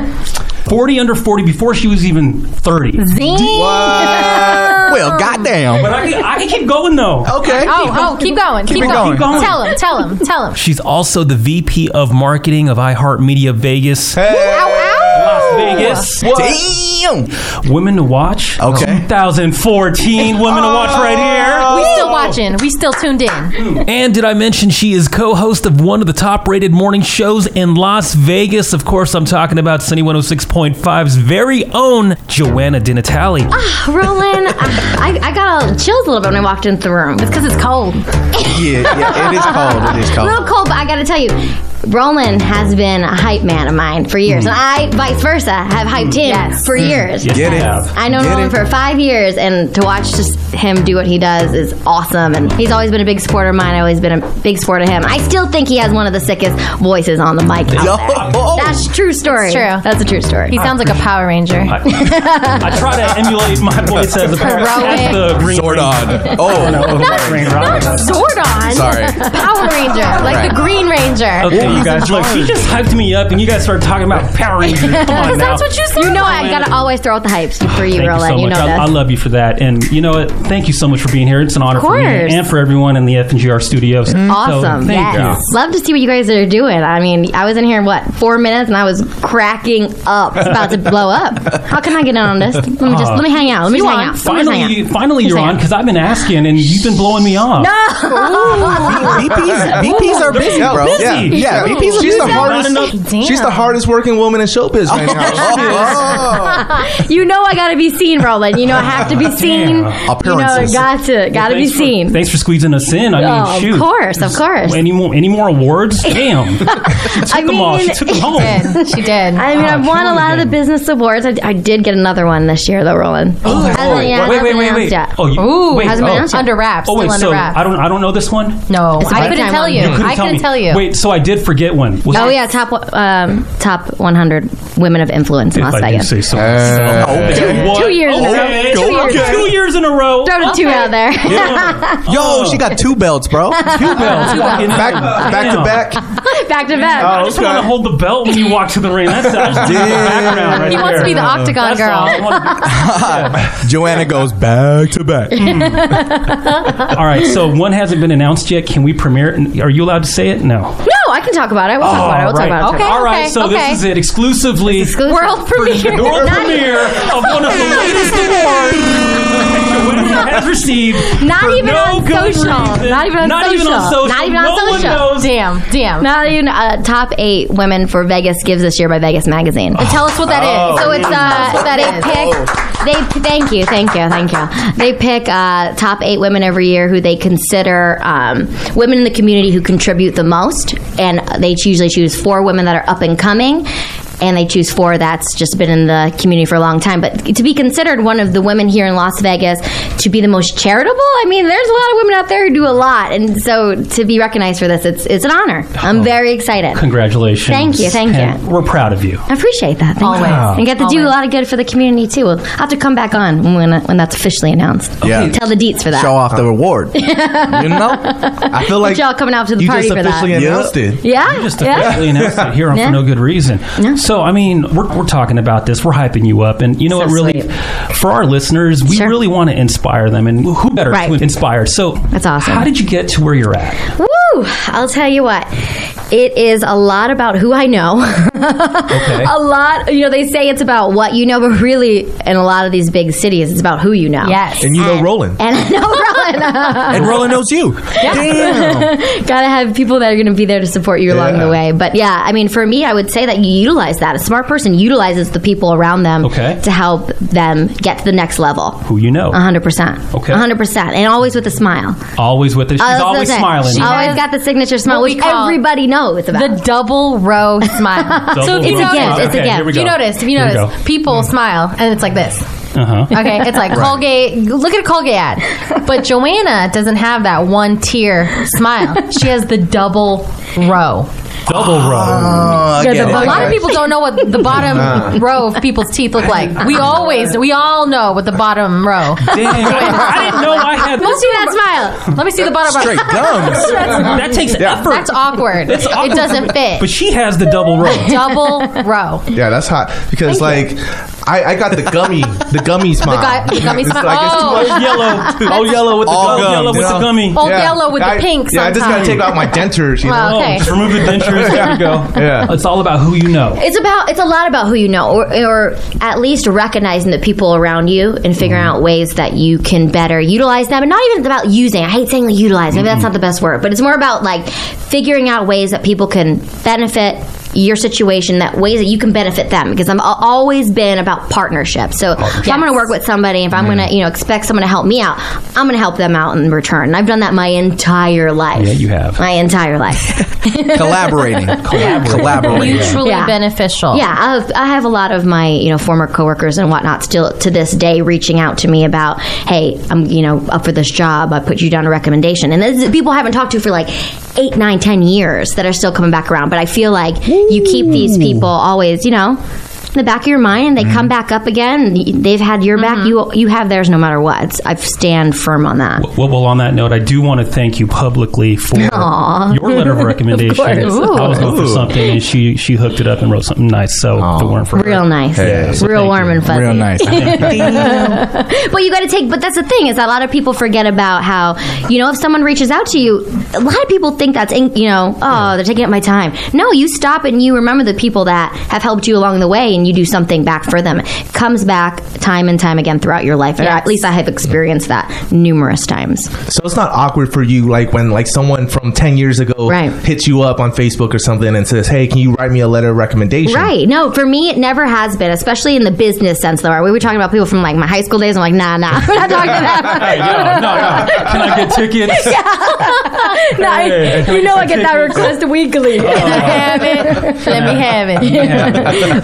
Speaker 10: Forty under forty before she was even thirty.
Speaker 8: Zing.
Speaker 11: Well, goddamn.
Speaker 10: But I can, I can keep going though.
Speaker 11: Okay.
Speaker 8: Oh, oh, keep going. Keep,
Speaker 11: it
Speaker 8: going.
Speaker 11: going.
Speaker 10: Keep going.
Speaker 8: Tell him, tell him, tell him.
Speaker 10: She's also the VP of marketing of iHeartMedia Vegas, Las Vegas.
Speaker 3: Oh.
Speaker 11: Damn.
Speaker 10: Women to Watch.
Speaker 11: Okay.
Speaker 10: 2014 Women to Watch right
Speaker 3: Oh.
Speaker 8: We still watching. We still tuned in.
Speaker 10: here. And did I mention she is co-host of one of the top-rated morning shows in Las Vegas? Of course, I'm talking about Sunny 106.5's very own Joanna DiNatale.
Speaker 3: Roland, I, I got all chills a little bit when I walked into the room. It's because it's cold.
Speaker 11: Yeah, yeah, it is cold. It is
Speaker 10: Oh.
Speaker 11: cold.
Speaker 3: Real cold, but I got to tell you, Roland has been a hype man of mine for years.
Speaker 10: Mm.
Speaker 3: And I, vice versa, have hyped him for years.
Speaker 11: Get it.
Speaker 3: I know
Speaker 11: Get
Speaker 3: Roland
Speaker 11: it.
Speaker 3: for five years, and to watch just him do what he does is awesome. And he's always been a big supporter of mine. I've always been a big supporter of him. I still think he has one of the sickest voices on the mic. out
Speaker 11: Yo.
Speaker 3: there.
Speaker 11: Oh,
Speaker 3: That's a true story.
Speaker 8: It's true.
Speaker 3: That's a true story.
Speaker 8: He sounds like a Power Ranger.
Speaker 10: I try to emulate my voice as a as the green
Speaker 11: Zordon. Oh,
Speaker 8: Not Zordon.
Speaker 11: Sorry.
Speaker 8: Power Ranger, like
Speaker 11: Right.
Speaker 8: the Green Ranger.
Speaker 10: Okay, you guys, look, she just hyped me up, and you guys started talking about Power Rangers. Come on now.
Speaker 8: That's what you said.
Speaker 3: You know, I gotta always throw out the hypes for you,
Speaker 10: Thank you so
Speaker 3: Roland. You,
Speaker 10: much.
Speaker 3: know
Speaker 10: I,
Speaker 3: that.
Speaker 10: I love you for that, and you know what? Thank you so much for being here. It's an honor for me
Speaker 3: course.
Speaker 10: and for everyone in the FNGR studios.
Speaker 3: Awesome.
Speaker 10: So, thank
Speaker 3: yes. Love to see what you guys are doing. I mean, I was in here, what, four minutes and I was cracking up. It's about to blow up. How can I get in on this? Let me just, let me hang out. Let me just hang out.
Speaker 10: you.
Speaker 3: Let me just hang
Speaker 10: Finally,
Speaker 3: out.
Speaker 10: you, finally, you're
Speaker 3: hang
Speaker 10: on
Speaker 3: out.
Speaker 10: because I've been asking and you've been blowing me off.
Speaker 11: VPs, VPs are busy, bro.
Speaker 10: busy.
Speaker 11: Yeah, yeah.
Speaker 9: Yeah.
Speaker 11: VPs
Speaker 9: She's
Speaker 11: are busy.
Speaker 9: the hardest.
Speaker 8: Damn.
Speaker 9: She's the hardest working woman in showbiz right now.
Speaker 3: You know I gotta be seen, Roland. You know I have to be seen.
Speaker 11: Appearances.
Speaker 3: You know, got to, gotta be
Speaker 10: Thanks for-
Speaker 3: seen.
Speaker 10: Thanks for squeezing us in. I mean,
Speaker 3: Oh, of
Speaker 10: shoot.
Speaker 3: course, of course.
Speaker 10: Any more? Any more awards? Damn. she took
Speaker 3: I
Speaker 10: them all. She took them home. Oh,
Speaker 8: did. She did.
Speaker 3: I mean, I've won a
Speaker 10: Julie
Speaker 3: lot of the
Speaker 10: did.
Speaker 3: business awards. I, I did get another one this year, though, Roland. Oh,
Speaker 10: Wait, wait, wait, wait. Oh, you,
Speaker 8: Ooh,
Speaker 10: wait.
Speaker 3: hasn't been
Speaker 10: oh.
Speaker 3: announced yet.
Speaker 8: under wraps.
Speaker 10: Oh, wait.
Speaker 8: still under
Speaker 10: So
Speaker 8: wraps.
Speaker 10: I don't. I don't know this one.
Speaker 8: no,
Speaker 3: It's a
Speaker 8: I couldn't
Speaker 3: lifetime
Speaker 8: tell
Speaker 3: one.
Speaker 8: you.
Speaker 3: You
Speaker 10: Couldn't
Speaker 8: I couldn't
Speaker 10: me.
Speaker 8: tell you.
Speaker 10: Wait, so I did forget one. Was
Speaker 3: oh
Speaker 10: it-
Speaker 3: yeah, top um, top 100 women of influence in
Speaker 10: If
Speaker 3: Las
Speaker 10: I do
Speaker 3: Vegas.
Speaker 10: say so
Speaker 3: Uh,
Speaker 10: myself. Okay,
Speaker 3: Two-
Speaker 10: what? Oh,
Speaker 3: two years in a row.
Speaker 10: Okay,
Speaker 3: Two years.
Speaker 10: Two years in a row.
Speaker 3: Throw the two
Speaker 10: Okay.
Speaker 3: out there.
Speaker 10: Yeah. Oh.
Speaker 11: Yo, she got two belts, bro.
Speaker 10: Two belts. Fucking
Speaker 11: Back-
Speaker 10: hell.
Speaker 11: back to
Speaker 10: Damn.
Speaker 11: back. Oh,
Speaker 3: back to back.
Speaker 10: I just want to hold the belt when you walk to the ring. That's I just need the background right
Speaker 3: he wants to be the
Speaker 10: there.
Speaker 3: octagon
Speaker 10: That's all. I wanna
Speaker 11: Joanna goes back to back.
Speaker 10: be- All right, so one hasn't been announced yet. Can we premiere it? Are you allowed to say it? No.
Speaker 3: No, I can talk about it. We'll talk about it. We'll talk about it.
Speaker 10: Okay, all right. so this is it exclusively
Speaker 3: World premiere.
Speaker 10: world premiere of one of the latest awards that Joanna has received.
Speaker 3: Not
Speaker 10: for
Speaker 3: even
Speaker 10: no
Speaker 3: on
Speaker 10: good
Speaker 3: social.
Speaker 10: reason.
Speaker 3: Not even on
Speaker 10: Not
Speaker 3: social.
Speaker 10: even on social.
Speaker 3: Not even on
Speaker 10: No one
Speaker 3: social.
Speaker 10: knows.
Speaker 3: Damn, damn. Not even uh, top eight women for Vegas gives this year by Vegas Magazine.
Speaker 2: Oh.
Speaker 3: tell us what
Speaker 8: that is.
Speaker 3: So it's uh,
Speaker 8: That's Oh. what that
Speaker 3: they
Speaker 8: is. Oh.
Speaker 3: pick. They thank you, thank you, thank you. They pick uh, top eight women every year who they consider um, women in the community who contribute the most, and they usually choose four women that are up and coming. And they choose four that's just been in the community for a long time. But to be considered one of the women here in Las Vegas to be the most charitable, I mean, there's a lot of women out there who do a lot. And so to be recognized for this, it's, it's an honor.
Speaker 11: Oh.
Speaker 3: I'm very excited.
Speaker 10: Congratulations.
Speaker 3: Thank you, thank you.
Speaker 10: And We're proud of you.
Speaker 3: I appreciate that. Thank
Speaker 10: Always.
Speaker 3: You.
Speaker 10: Wow.
Speaker 3: And get to do a lot of good for the community too. I'll have to come back on when when that's officially announced.
Speaker 11: Yeah.
Speaker 3: Tell the deets for that.
Speaker 11: Show off the reward. you know?
Speaker 3: I
Speaker 11: feel like
Speaker 3: y'all coming out to the
Speaker 11: you
Speaker 3: party
Speaker 11: just
Speaker 3: for that.
Speaker 11: officially announced
Speaker 3: yeah.
Speaker 11: it.
Speaker 3: Yeah.
Speaker 10: You just
Speaker 3: Ah, yeah.
Speaker 10: officially announced it here on
Speaker 3: Yeah.
Speaker 10: for no good reason. So I mean, we're, we're talking about this, we're hyping you up, and you know
Speaker 3: So
Speaker 10: what? Really, for our listeners, we really want to inspire them, and who better
Speaker 3: Right.
Speaker 10: to inspire? So that's
Speaker 3: awesome.
Speaker 10: How did you get to where you're at?
Speaker 3: Woo! I'll tell you what. It is a lot about who I know. a lot, you know, they say it's about what you know, but really, in a lot of these big cities, it's about who you know. Yes.
Speaker 9: And you know Roland.
Speaker 3: And I know Roland.
Speaker 9: And Roland knows you.
Speaker 3: Yeah.
Speaker 9: Damn.
Speaker 3: Gotta have people that are gonna be there to support you along
Speaker 9: Yeah.
Speaker 3: the way. But yeah, I mean, for me, I would say that you utilize that. A smart person utilizes the people around them
Speaker 10: Okay.
Speaker 3: to help them get to the next level.
Speaker 10: Who you know?
Speaker 3: Uh-huh. 100%.
Speaker 10: Okay.
Speaker 3: 100%. And always with a smile.
Speaker 10: Always with us. She's
Speaker 3: Oh, that's
Speaker 10: always
Speaker 3: the thing.
Speaker 10: smiling.
Speaker 3: She always got the signature smile,
Speaker 8: what we
Speaker 3: which
Speaker 8: call
Speaker 3: everybody knows about.
Speaker 8: The double row smile.
Speaker 10: Double
Speaker 8: so if you
Speaker 10: row
Speaker 8: notice,
Speaker 10: smile.
Speaker 8: it's
Speaker 10: Okay,
Speaker 8: a
Speaker 10: here
Speaker 8: gift.
Speaker 10: we
Speaker 8: If you
Speaker 10: go.
Speaker 8: notice, if you
Speaker 10: Here we
Speaker 8: notice,
Speaker 10: go.
Speaker 8: people smile and it's like this.
Speaker 10: Uh huh.
Speaker 8: Okay, it's like
Speaker 10: Right.
Speaker 8: Colgate. Look at a Colgate ad, but Joanna doesn't have that one tier smile. She has the double row.
Speaker 10: Double
Speaker 11: Oh,
Speaker 3: Oh.
Speaker 10: row.
Speaker 8: Yeah, the- a lot of people don't know what the
Speaker 10: Nah.
Speaker 8: bottom row of people's teeth look like. We always, we all know what the bottom row.
Speaker 10: Damn, I didn't know I had-
Speaker 8: Let me see that smile. Let me see the bottom row.
Speaker 10: Straight gums.
Speaker 8: That's-
Speaker 10: That takes effort.
Speaker 8: That's awkward.
Speaker 10: It's awkward.
Speaker 8: It doesn't fit.
Speaker 10: But she has the double row.
Speaker 8: Double row.
Speaker 9: Yeah, that's hot because like I, I got the gummy, the gummy smile.
Speaker 8: gu- the gummy
Speaker 9: It's
Speaker 8: smile.
Speaker 9: like, it's too
Speaker 8: Oh.
Speaker 9: much
Speaker 10: yellow. All yellow with the
Speaker 9: All
Speaker 10: gum,
Speaker 9: gum,
Speaker 10: yellow with
Speaker 9: you
Speaker 10: the
Speaker 9: know?
Speaker 10: gummy.
Speaker 8: All yellow with the pink
Speaker 9: Yeah, I just gotta
Speaker 8: sometimes.
Speaker 9: take out my dentures. You
Speaker 8: Well,
Speaker 9: know,
Speaker 8: okay.
Speaker 10: Oh, Just remove the dentures. There you go. Yeah. It's all about who you know.
Speaker 3: It's about it's a lot about who you know, or, or at least recognizing the people around you and figuring
Speaker 10: Mm-hmm.
Speaker 3: out ways that you can better utilize them. And not even about using. I hate saying like utilize. Maybe
Speaker 10: Mm-hmm.
Speaker 3: that's not the best word, but it's more about like figuring out ways that people can benefit your situation that ways that you can benefit them because i've al- always been about partnership so if i'm going to work with somebody if i'm going to you know expect someone to help me out i'm going to help them out in return and i've done that my entire life
Speaker 10: Yeah, you have.
Speaker 3: my entire life
Speaker 11: Collaborating. Collaborating.
Speaker 8: Mutually
Speaker 3: Yeah.
Speaker 10: Oh.
Speaker 8: beneficial.
Speaker 3: Yeah, I have, I have a lot of my you know former coworkers and whatnot still to this day reaching out to me about, hey, I'm you know up for this job. I put you down a recommendation, and this is people I haven't talked to for like eight, nine, ten years that are still coming back around. But I feel like you keep these people always, you know. In the back of your mind, and they
Speaker 10: Mm-hmm.
Speaker 3: come back up again. They've had your back. You you have theirs, no matter what. It's- I stand firm on that.
Speaker 10: Well, well, on that note, I do want to thank you publicly for
Speaker 3: Aw.
Speaker 10: your letter of recommendation.
Speaker 3: Of course.
Speaker 10: I was looking for
Speaker 3: Ooh.
Speaker 10: something, and she she hooked it up and wrote something nice. So if it weren't for
Speaker 3: Real nice.
Speaker 10: Yeah, so
Speaker 3: Real
Speaker 10: thank
Speaker 3: warm
Speaker 10: you.
Speaker 3: and fuzzy.
Speaker 10: Real nice.
Speaker 3: but you got to take. But that's the thing is that a lot of people forget about how you know if someone reaches out to you, a lot of people think that's in, you know oh they're taking up my time. No, you stop and you remember the people that have helped you along the way, and you do something back for them. It comes back time and time again throughout your life. Or at least I have experienced that numerous times.
Speaker 9: so it's not awkward for you, like when like someone from ten years ago hits you up on Facebook or something and says, "Hey, can you write me a letter of recommendation?"
Speaker 3: Right. No, for me, it never has been, especially in the business sense, though. We were talking about people from like my high school days. I'm like, nah, nah, we're not talking about
Speaker 10: no, no. Can I get tickets?
Speaker 3: no, I,
Speaker 10: Hey. Oh.
Speaker 3: you know I get that request weekly.
Speaker 8: Let me have it. Let me have it.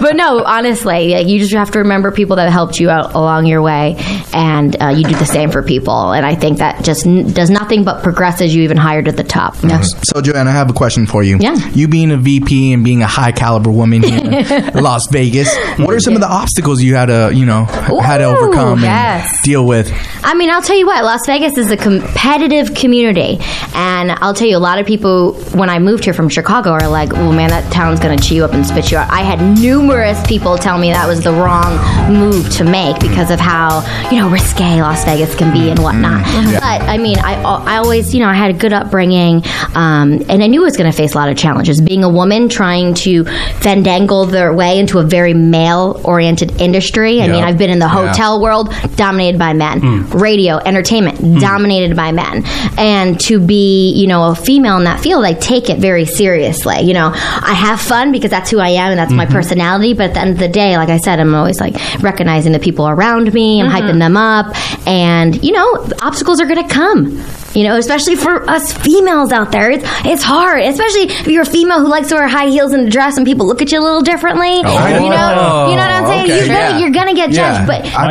Speaker 3: but no, honestly, like, you just have to remember people that helped you out along your way, and uh, you do the same for people. And I think that just n- does nothing but progresses you even higher to the top.
Speaker 11: Yes. So, Joanne, I have a question for you. Yeah. You being a VP and being a high caliber woman here in Las Vegas, what are some of the obstacles you had to, you know, had to
Speaker 3: Ooh,
Speaker 11: overcome
Speaker 3: yes.
Speaker 11: and deal with?
Speaker 3: I mean, I'll tell you what, Las Vegas is a competitive community. And I'll tell you, a lot of people, when I moved here from Chicago, are like, well, man, that town's going to chew you up and spit you out. I had numerous people tell me that was the wrong move to make because of how, you know, risque Las Vegas can be and whatnot.
Speaker 12: Mhm. Yeah.
Speaker 3: But I mean, I, I always, you know, I had a good upbringing, um, and I knew I was going to face a lot of challenges. Being a woman trying to fandangle their way into a very male-oriented industry. I mean,
Speaker 12: Yeah.
Speaker 3: I've been in the
Speaker 12: Yeah.
Speaker 3: hotel world dominated by men,
Speaker 12: Mm.
Speaker 10: Hmm.
Speaker 3: radio, entertainment dominated by men, and to be, you know, a female in that field, I take it very seriously. You know, I have fun because that's who I am and that's my
Speaker 10: Mm-hmm.
Speaker 12: Mhm.
Speaker 3: personality. But at the end of the day, like I said, I'm always like recognizing the people around me. I'm
Speaker 10: Mm-hmm.
Speaker 12: Mhm.
Speaker 3: hyping them them up and you know obstacles are going to come you know especially for us females out there it's, it's hard especially if you're a female who likes to wear high heels and a dress and people look at you a little differently you know you know what i'm saying
Speaker 10: Oh. okay.
Speaker 3: you're,
Speaker 10: Yeah.
Speaker 3: gonna, you're gonna get judged but
Speaker 10: Mike-
Speaker 8: Ah,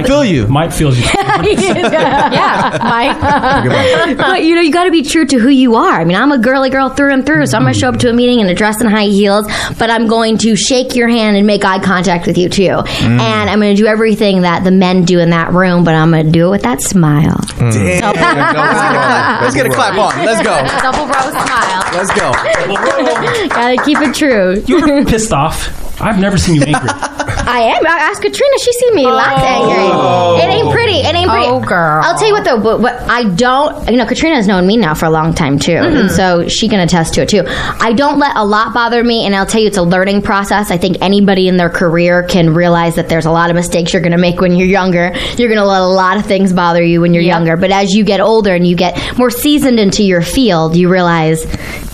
Speaker 10: Mike feels you.
Speaker 3: yeah, Mike. but you know, you got to be true to who you are. I mean, I'm a girly girl through and through, so I'm going to show up to a meeting in a dress and high heels, but I'm going to shake your hand and make eye contact with you too,
Speaker 12: Mm.
Speaker 3: and I'm going to do everything that the men do in that room, but I'm going to do it with that smile.
Speaker 11: Hmm.
Speaker 8: ah,
Speaker 11: Let's get a clap on. Let's go.
Speaker 3: Double row smile.
Speaker 11: Let's go.
Speaker 3: Gotta keep it true.
Speaker 10: You're never pissed off. I've never seen you angry.
Speaker 3: I am. I asked Katrina. She seen me lots angry. It ain't pretty. It ain't pretty.
Speaker 12: Oh,
Speaker 3: girl. I'll tell you what though. But what I don't, you know, Katrina's known me now for a long time too, and so she can attest to it too. I don't let a lot bother me, and I'll tell you, it's a learning process. I think anybody in their career can realize that there's a lot of mistakes you're going to make when you're younger. You're going to let a lot of things bother you when you're younger, but as you get older and you get more seasoned into your field, you realize,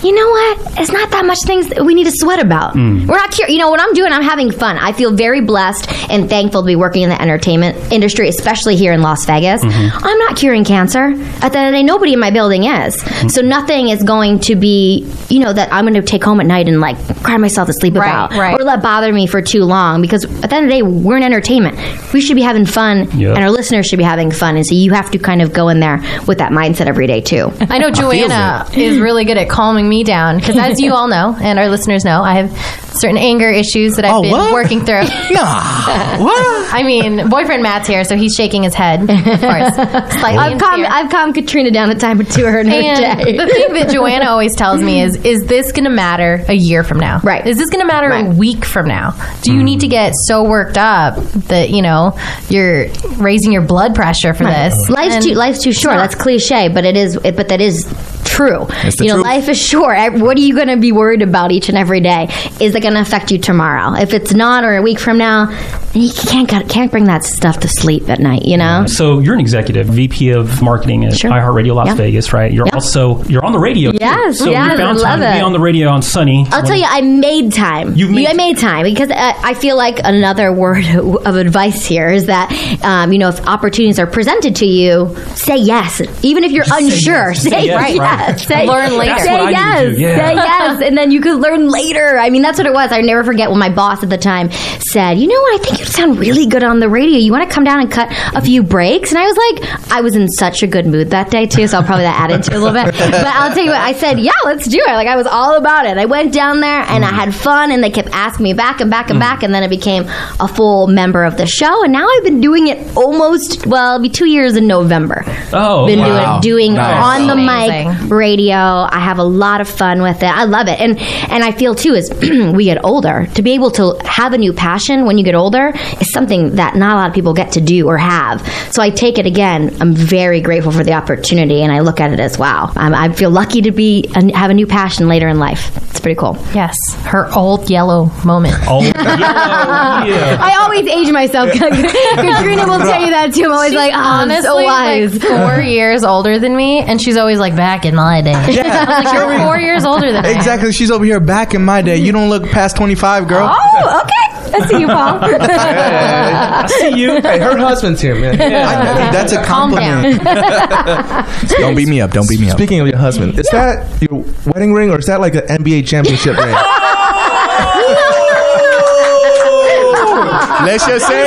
Speaker 3: you know what? It's not that much things that we need to sweat about.
Speaker 12: Mm.
Speaker 3: We're not cur- You know what I'm doing? I'm having fun. I feel very blessed and thankful to be working in the entertainment industry, especially here in Las Vegas.
Speaker 12: Mhm.
Speaker 3: I'm not curing cancer. At the end of the day, nobody in my building is.
Speaker 12: Mm.
Speaker 3: So nothing is going to be, you know, that I'm going to take home at night and like cry myself to sleep about
Speaker 12: right.
Speaker 3: or let bother me for too long because at the end of the day, we're in entertainment. We should be having fun
Speaker 12: Yeah.
Speaker 3: and our listeners should be having fun. And so you have to kind of go in there with that mindset every day too.
Speaker 8: I know Joanna is really good at calming me down because, as you all know, and our listeners know, I have certain anger issues that I've
Speaker 3: Oh,
Speaker 8: been
Speaker 12: what?
Speaker 8: working through.
Speaker 12: Nah, what?
Speaker 8: I mean, boyfriend Matt's here, so he's shaking his head. Of course, slightly.
Speaker 3: I've calmed, I've calmed Katrina down a time or two her another
Speaker 8: And
Speaker 3: day.
Speaker 8: the thing that Joanna always tells me is, is this going to matter a year from now? Right. Is this going to matter a week from now? Do you need
Speaker 3: Mm.
Speaker 8: to get so worked up that, you know, you're raising your blood pressure for this?
Speaker 3: Life's
Speaker 8: And
Speaker 3: too life's too short. That's cliche, but it is. It, but that is true.
Speaker 8: It's the
Speaker 3: you know,
Speaker 8: truth.
Speaker 3: life is short. Ev- What are you going to be worried about each and every day? Is it going to affect you tomorrow? If it's not, or a week from now, then you can't get- can't bring that stuff to sleep at night. You know.
Speaker 10: So you're an executive, VP of marketing at
Speaker 3: Sure.
Speaker 10: iHeartRadio Las
Speaker 3: Yeah.
Speaker 10: Vegas, right? You're
Speaker 3: Yeah.
Speaker 10: also you're on the radio. too.
Speaker 3: Yes,
Speaker 10: so
Speaker 3: yes,
Speaker 10: you found
Speaker 3: I
Speaker 10: time
Speaker 3: love
Speaker 10: to be
Speaker 3: it.
Speaker 10: on the radio on Sunny.
Speaker 3: I'll tell you, I made time. You made, I made time because uh, I feel like another word of advice here is that um, you know if opportunities are presented to you, say yes, even if you're
Speaker 12: Just say
Speaker 3: unsure.
Speaker 12: yes.
Speaker 3: Say,
Speaker 12: Say yes,
Speaker 3: yes.
Speaker 12: right.
Speaker 3: Say,
Speaker 12: Learn later. That's
Speaker 3: Say
Speaker 12: what I
Speaker 3: yes.
Speaker 12: need to do, yeah.
Speaker 3: Say yes, and then you could learn later. I mean, that's what it was. I never forget when my boss at the time said, "You know what? I think you'd sound really good on the radio. You want to come down and cut a few breaks?" And I was like, I was in such a good mood that day too, so I'll probably that added to it a little bit. But I'll tell you what, I said, yeah, let's do it. Like I was all about it. I went down there and
Speaker 12: Mm.
Speaker 3: I had fun, and they kept asking me back and back and back, and then I became a full member of the show. And now I've been doing it almost well, it'll be two years in November.
Speaker 10: Oh,
Speaker 3: been
Speaker 10: wow.
Speaker 3: doing doing
Speaker 10: Nice.
Speaker 3: on the
Speaker 10: Amazing.
Speaker 3: mic radio. I have a lot of fun with it. I love it, and and I feel too as we get older to be able to have a new passion when you get older is something that not a lot of people get to do or have. So I take it again. I'm very grateful for the opportunity, and I look at it as wow. I'm, I feel lucky to be and have a new passion later in life. It's pretty cool.
Speaker 8: Yes, her old yellow moment.
Speaker 10: Old
Speaker 3: I always age myself. Katrina will tell you that too. I'm always
Speaker 8: She's
Speaker 3: like, oh, I'm so
Speaker 8: honestly,
Speaker 3: wise.
Speaker 8: like, four years older than me, and she's always like, back in my day. I was like, you're four years older than me.
Speaker 11: Exactly. She's over here back in my day. You don't look past 25, girl.
Speaker 3: Oh, okay. I see you, Paul.
Speaker 11: I
Speaker 10: see you.
Speaker 9: Hey, her husband's here, man.
Speaker 11: Yeah.
Speaker 9: I-
Speaker 11: that's a
Speaker 9: Calm
Speaker 11: compliment. Don't beat me up. Don't beat me up.
Speaker 9: Speaking of your husband, is that your wedding ring or is that like an NBA championship ring?
Speaker 11: Let's just say,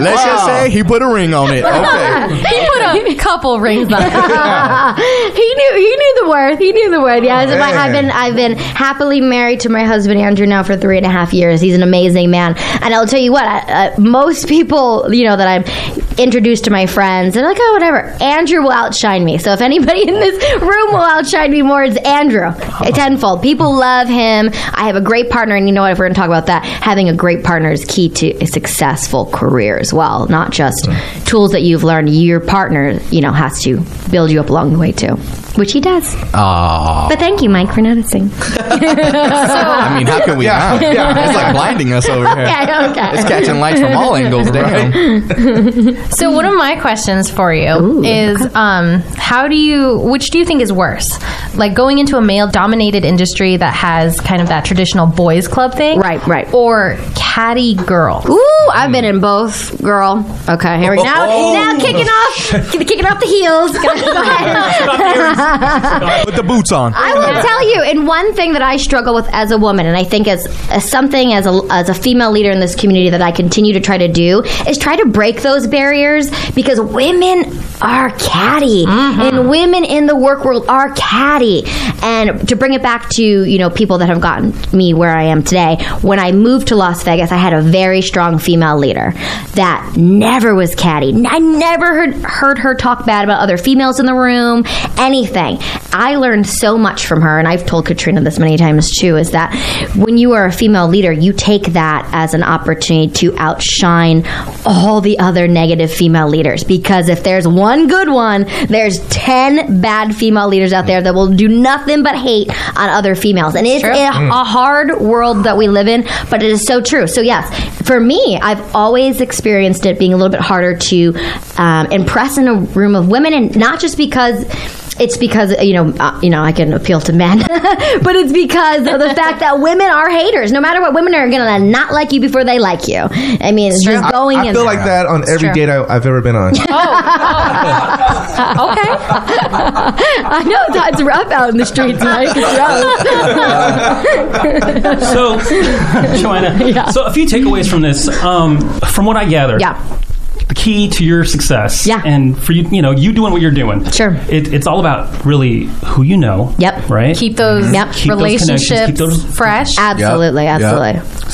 Speaker 11: let's just say he put a ring on it. Okay.
Speaker 8: he put a couple rings on.
Speaker 3: he knew he knew the worth. He knew the worth. Yeah,
Speaker 8: Oh,
Speaker 3: I- I've
Speaker 8: man.
Speaker 3: been I've been happily married to my husband Andrew now for three and a half years. He's an amazing man, and I'll tell you what. I, uh, most people, you know, that I'm introduced to my friends, they're like, oh, whatever. Andrew will outshine me. So if anybody in this room will outshine me more, it's Andrew. Tenfold. People love him. I have a great partner, and you know what? If we're going to talk about that, having a great partner is key to a successful career as well. Not just tools that you've learned. Your partner, you know, has to build you up along the way too, which he does.
Speaker 11: Oh.
Speaker 3: But thank you, Mike, for noticing.
Speaker 11: I mean, how can we
Speaker 3: Yeah,
Speaker 11: not?
Speaker 3: yeah.
Speaker 11: It's like blinding us over here.
Speaker 3: Okay, okay.
Speaker 11: It's catching lights from all angles. Damn.
Speaker 8: so one of my questions for you is um, how do you which do you think is worse like going into a male dominated industry that has kind of that traditional boys club thing right right or catty girl
Speaker 3: ooh i've been in both girl okay here we go now,
Speaker 8: Oh.
Speaker 3: now kicking off kicking off the heels Go ahead.
Speaker 11: Put the boots on.
Speaker 3: I will tell you, and one thing that I struggle with as a woman, and I think as, as something as a, as a female leader in this community that I continue to try to do, is try to break those barriers because women are catty, and women in the work world are catty. And to bring it back to you know people that have gotten me where I am today, when I moved to Las Vegas, I had a very strong female leader that never was catty. I never heard heard her talk bad about other females in the room, anything. I learned so much from her, and I've told Katrina this many times too, is that when you are a female leader, you take that as an opportunity to outshine all the other negative female leaders. Because if there's one good one, there's 10 bad female leaders out there that will do nothing but hate on other females. And it's
Speaker 8: True.
Speaker 3: a,
Speaker 8: Mm.
Speaker 3: a hard world that we live in, but it is so true. So, yes, for me, I've always experienced it being a little bit harder to um, impress in a room of women, and not just because. It's because you know, uh, you know, I can appeal to men, but it's because of the fact that women are haters. No matter what, women are gonna not like you before they like you. I mean, it's just going.
Speaker 9: I, I
Speaker 3: in
Speaker 9: feel
Speaker 3: there.
Speaker 9: like that on
Speaker 3: It's
Speaker 9: every
Speaker 3: true.
Speaker 9: date I, I've ever been on.
Speaker 3: okay. I know that it's rough out in the streets, Mike. It's rough.
Speaker 10: So, Joanna, so a few takeaways from this. Um, from what I gather,
Speaker 3: yeah.
Speaker 10: the key to your success, yeah. and for you, you know, you doing what you're doing, sure. It, it's all about really who you know. Yep. Right.
Speaker 8: keep those
Speaker 10: Yep. Keep those connections,
Speaker 8: relationships
Speaker 10: keep those-
Speaker 8: fresh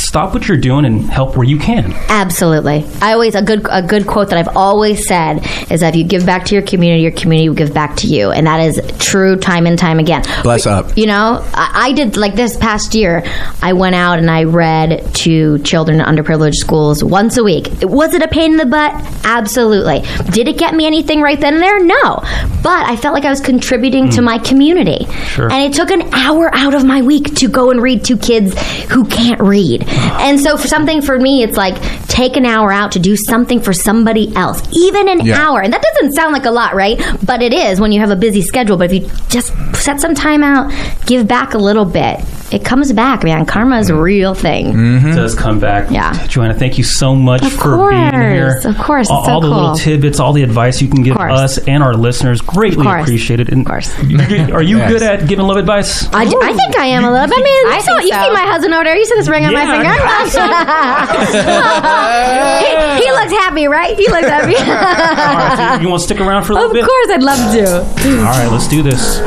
Speaker 10: Stop what you're doing and help where you can.
Speaker 3: Absolutely. I always a good a good quote that I've always said is that if you give back to your community, your community will give back to you, and that is true time and time again.
Speaker 11: Bless up.
Speaker 3: You know, I, I did like this past year. I went out and I read to children in underprivileged schools once a week. Was it a pain in the butt? Absolutely. Did it get me anything right then and there? No. But I felt like I was contributing to my community.
Speaker 13: Hmm. Sure.
Speaker 3: And it took an hour out of my week to go and read to kids who can't read. And so for something for me, it's like take an hour out to do something for somebody else, even an
Speaker 13: Yeah.
Speaker 3: hour. And that doesn't sound like a lot, right? But it is when you have a busy schedule. But if you just set some time out, give back a little bit, it comes back, man. Karma is a real thing.
Speaker 10: It does come back.
Speaker 3: Mm. Yeah.
Speaker 10: Joanna, thank you so much
Speaker 3: Of
Speaker 10: for being here.
Speaker 3: course, of course,
Speaker 10: All,
Speaker 3: it's so
Speaker 10: all the little
Speaker 3: cool.
Speaker 10: tidbits, all the advice you can give
Speaker 3: course.
Speaker 10: us and our listeners, greatly
Speaker 3: course.
Speaker 10: appreciate it. And of course. Are you
Speaker 3: Yes.
Speaker 10: good at giving love advice?
Speaker 3: I, I think I am a little. I mean,
Speaker 8: I
Speaker 3: you saw,
Speaker 8: think
Speaker 3: you
Speaker 8: so.
Speaker 3: see my husband over there. You see this ring on my
Speaker 8: Yeah, I
Speaker 3: finger. he, he looks happy, right? He looks happy.
Speaker 10: All right, so you want to stick around for a little
Speaker 3: of
Speaker 10: bit?
Speaker 3: course, I'd love to.
Speaker 10: All right, let's do this.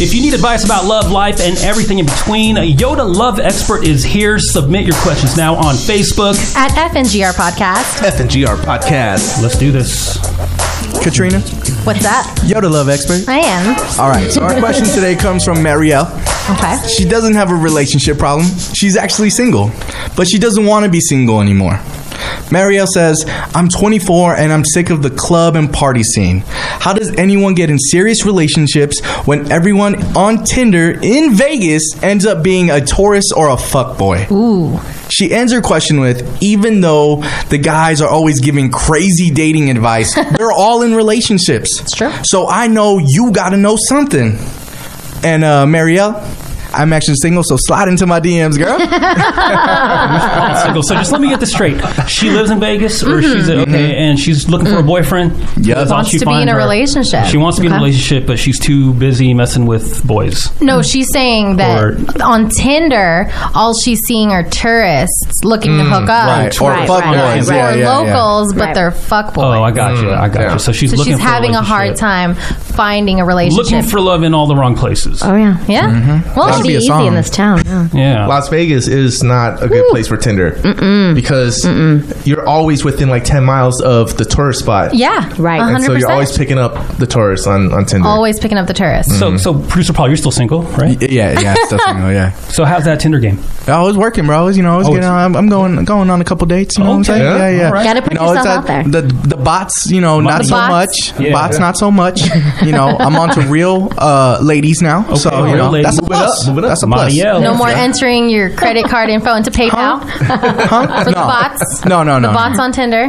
Speaker 10: If you need advice about love, life, and everything in between, a Yoda Love Expert is here. Submit your questions now on Facebook.
Speaker 8: at FNGR podcast
Speaker 10: FNGR Podcast. Let's do this.
Speaker 11: Katrina,
Speaker 8: what's that
Speaker 11: Yoda love expert.
Speaker 8: I am
Speaker 11: All right, so our question today comes from Marielle.
Speaker 8: Okay.
Speaker 11: She doesn't have a relationship problem. She's actually single, but she doesn't want to be single anymore. Marielle says, I'm 24 and I'm sick of the club and party scene. How does anyone get in serious relationships when everyone on Tinder in Vegas ends up being a Taurus or a fuckboy?
Speaker 8: Ooh.
Speaker 11: She ends her question with, even though the guys are always giving crazy dating advice, they're all in relationships. It's true. So I know you gotta know something. And uh, Marielle, I'm actually single, so slide into my DMs, girl.
Speaker 10: single. So just let me get this straight. She lives in Vegas, or she's a, okay, and she's looking for a boyfriend. Mm-hmm. Yeah,
Speaker 8: Wants to be in a relationship.
Speaker 10: She wants to be in a
Speaker 8: Okay.
Speaker 10: relationship, but she's too busy messing with boys.
Speaker 8: No, she's saying that
Speaker 10: Or-
Speaker 8: on Tinder, all she's seeing are tourists looking to
Speaker 10: Mm,
Speaker 8: hook up,
Speaker 10: right, or Right, fuck right, boys. right,
Speaker 8: Or
Speaker 10: right. Yeah, yeah, yeah.
Speaker 8: locals, but
Speaker 10: Right.
Speaker 8: they're fuck boys.
Speaker 10: Oh, I got you. I got you. So she's
Speaker 8: so
Speaker 10: looking
Speaker 8: she's
Speaker 10: for
Speaker 8: having a hard
Speaker 10: relationship.
Speaker 8: time finding a relationship.
Speaker 10: Looking for love in all the wrong places.
Speaker 8: oh yeah, yeah.
Speaker 10: Mm-hmm.
Speaker 8: Well,
Speaker 9: That should
Speaker 8: it'd
Speaker 9: be
Speaker 8: be
Speaker 9: a
Speaker 8: easy
Speaker 9: song.
Speaker 8: in this town. yeah.
Speaker 10: Yeah.
Speaker 9: Las Vegas is not a good place for Tinder because you're always within like 10 miles of the tourist spot.
Speaker 8: Yeah, right.
Speaker 9: And so you're always picking up the tourists on, on Tinder.
Speaker 8: always picking up the tourists.
Speaker 10: So, so producer Paul, you're still single, right?
Speaker 11: yeah, yeah, still single, yeah.
Speaker 10: So how's that Tinder game?
Speaker 11: I was working, bro. I was, you know, I was
Speaker 10: Oh,
Speaker 11: getting,
Speaker 10: it's-
Speaker 11: I'm, I'm going, going on a couple dates. You know what I'm
Speaker 10: Okay.
Speaker 11: saying?
Speaker 10: Yeah.
Speaker 11: Yeah, yeah.
Speaker 10: All right. Gotta put
Speaker 11: You know,
Speaker 10: yourself
Speaker 11: it's
Speaker 10: out
Speaker 11: that- The the bots, you know, not
Speaker 10: The
Speaker 11: so
Speaker 10: bots.
Speaker 11: much.
Speaker 10: Yeah.
Speaker 11: Bots, not so much. You know, I'm on to real uh, ladies now. so
Speaker 10: Okay,
Speaker 11: you
Speaker 10: real
Speaker 11: know,
Speaker 10: ladies.
Speaker 11: that's a
Speaker 10: Move it
Speaker 11: plus.
Speaker 10: up, move it up.
Speaker 11: That's a plus.
Speaker 10: Marielle.
Speaker 8: No more entering your credit card info into PayPal for the bots.
Speaker 11: No, no,
Speaker 8: the
Speaker 11: no.
Speaker 8: bots on Tinder.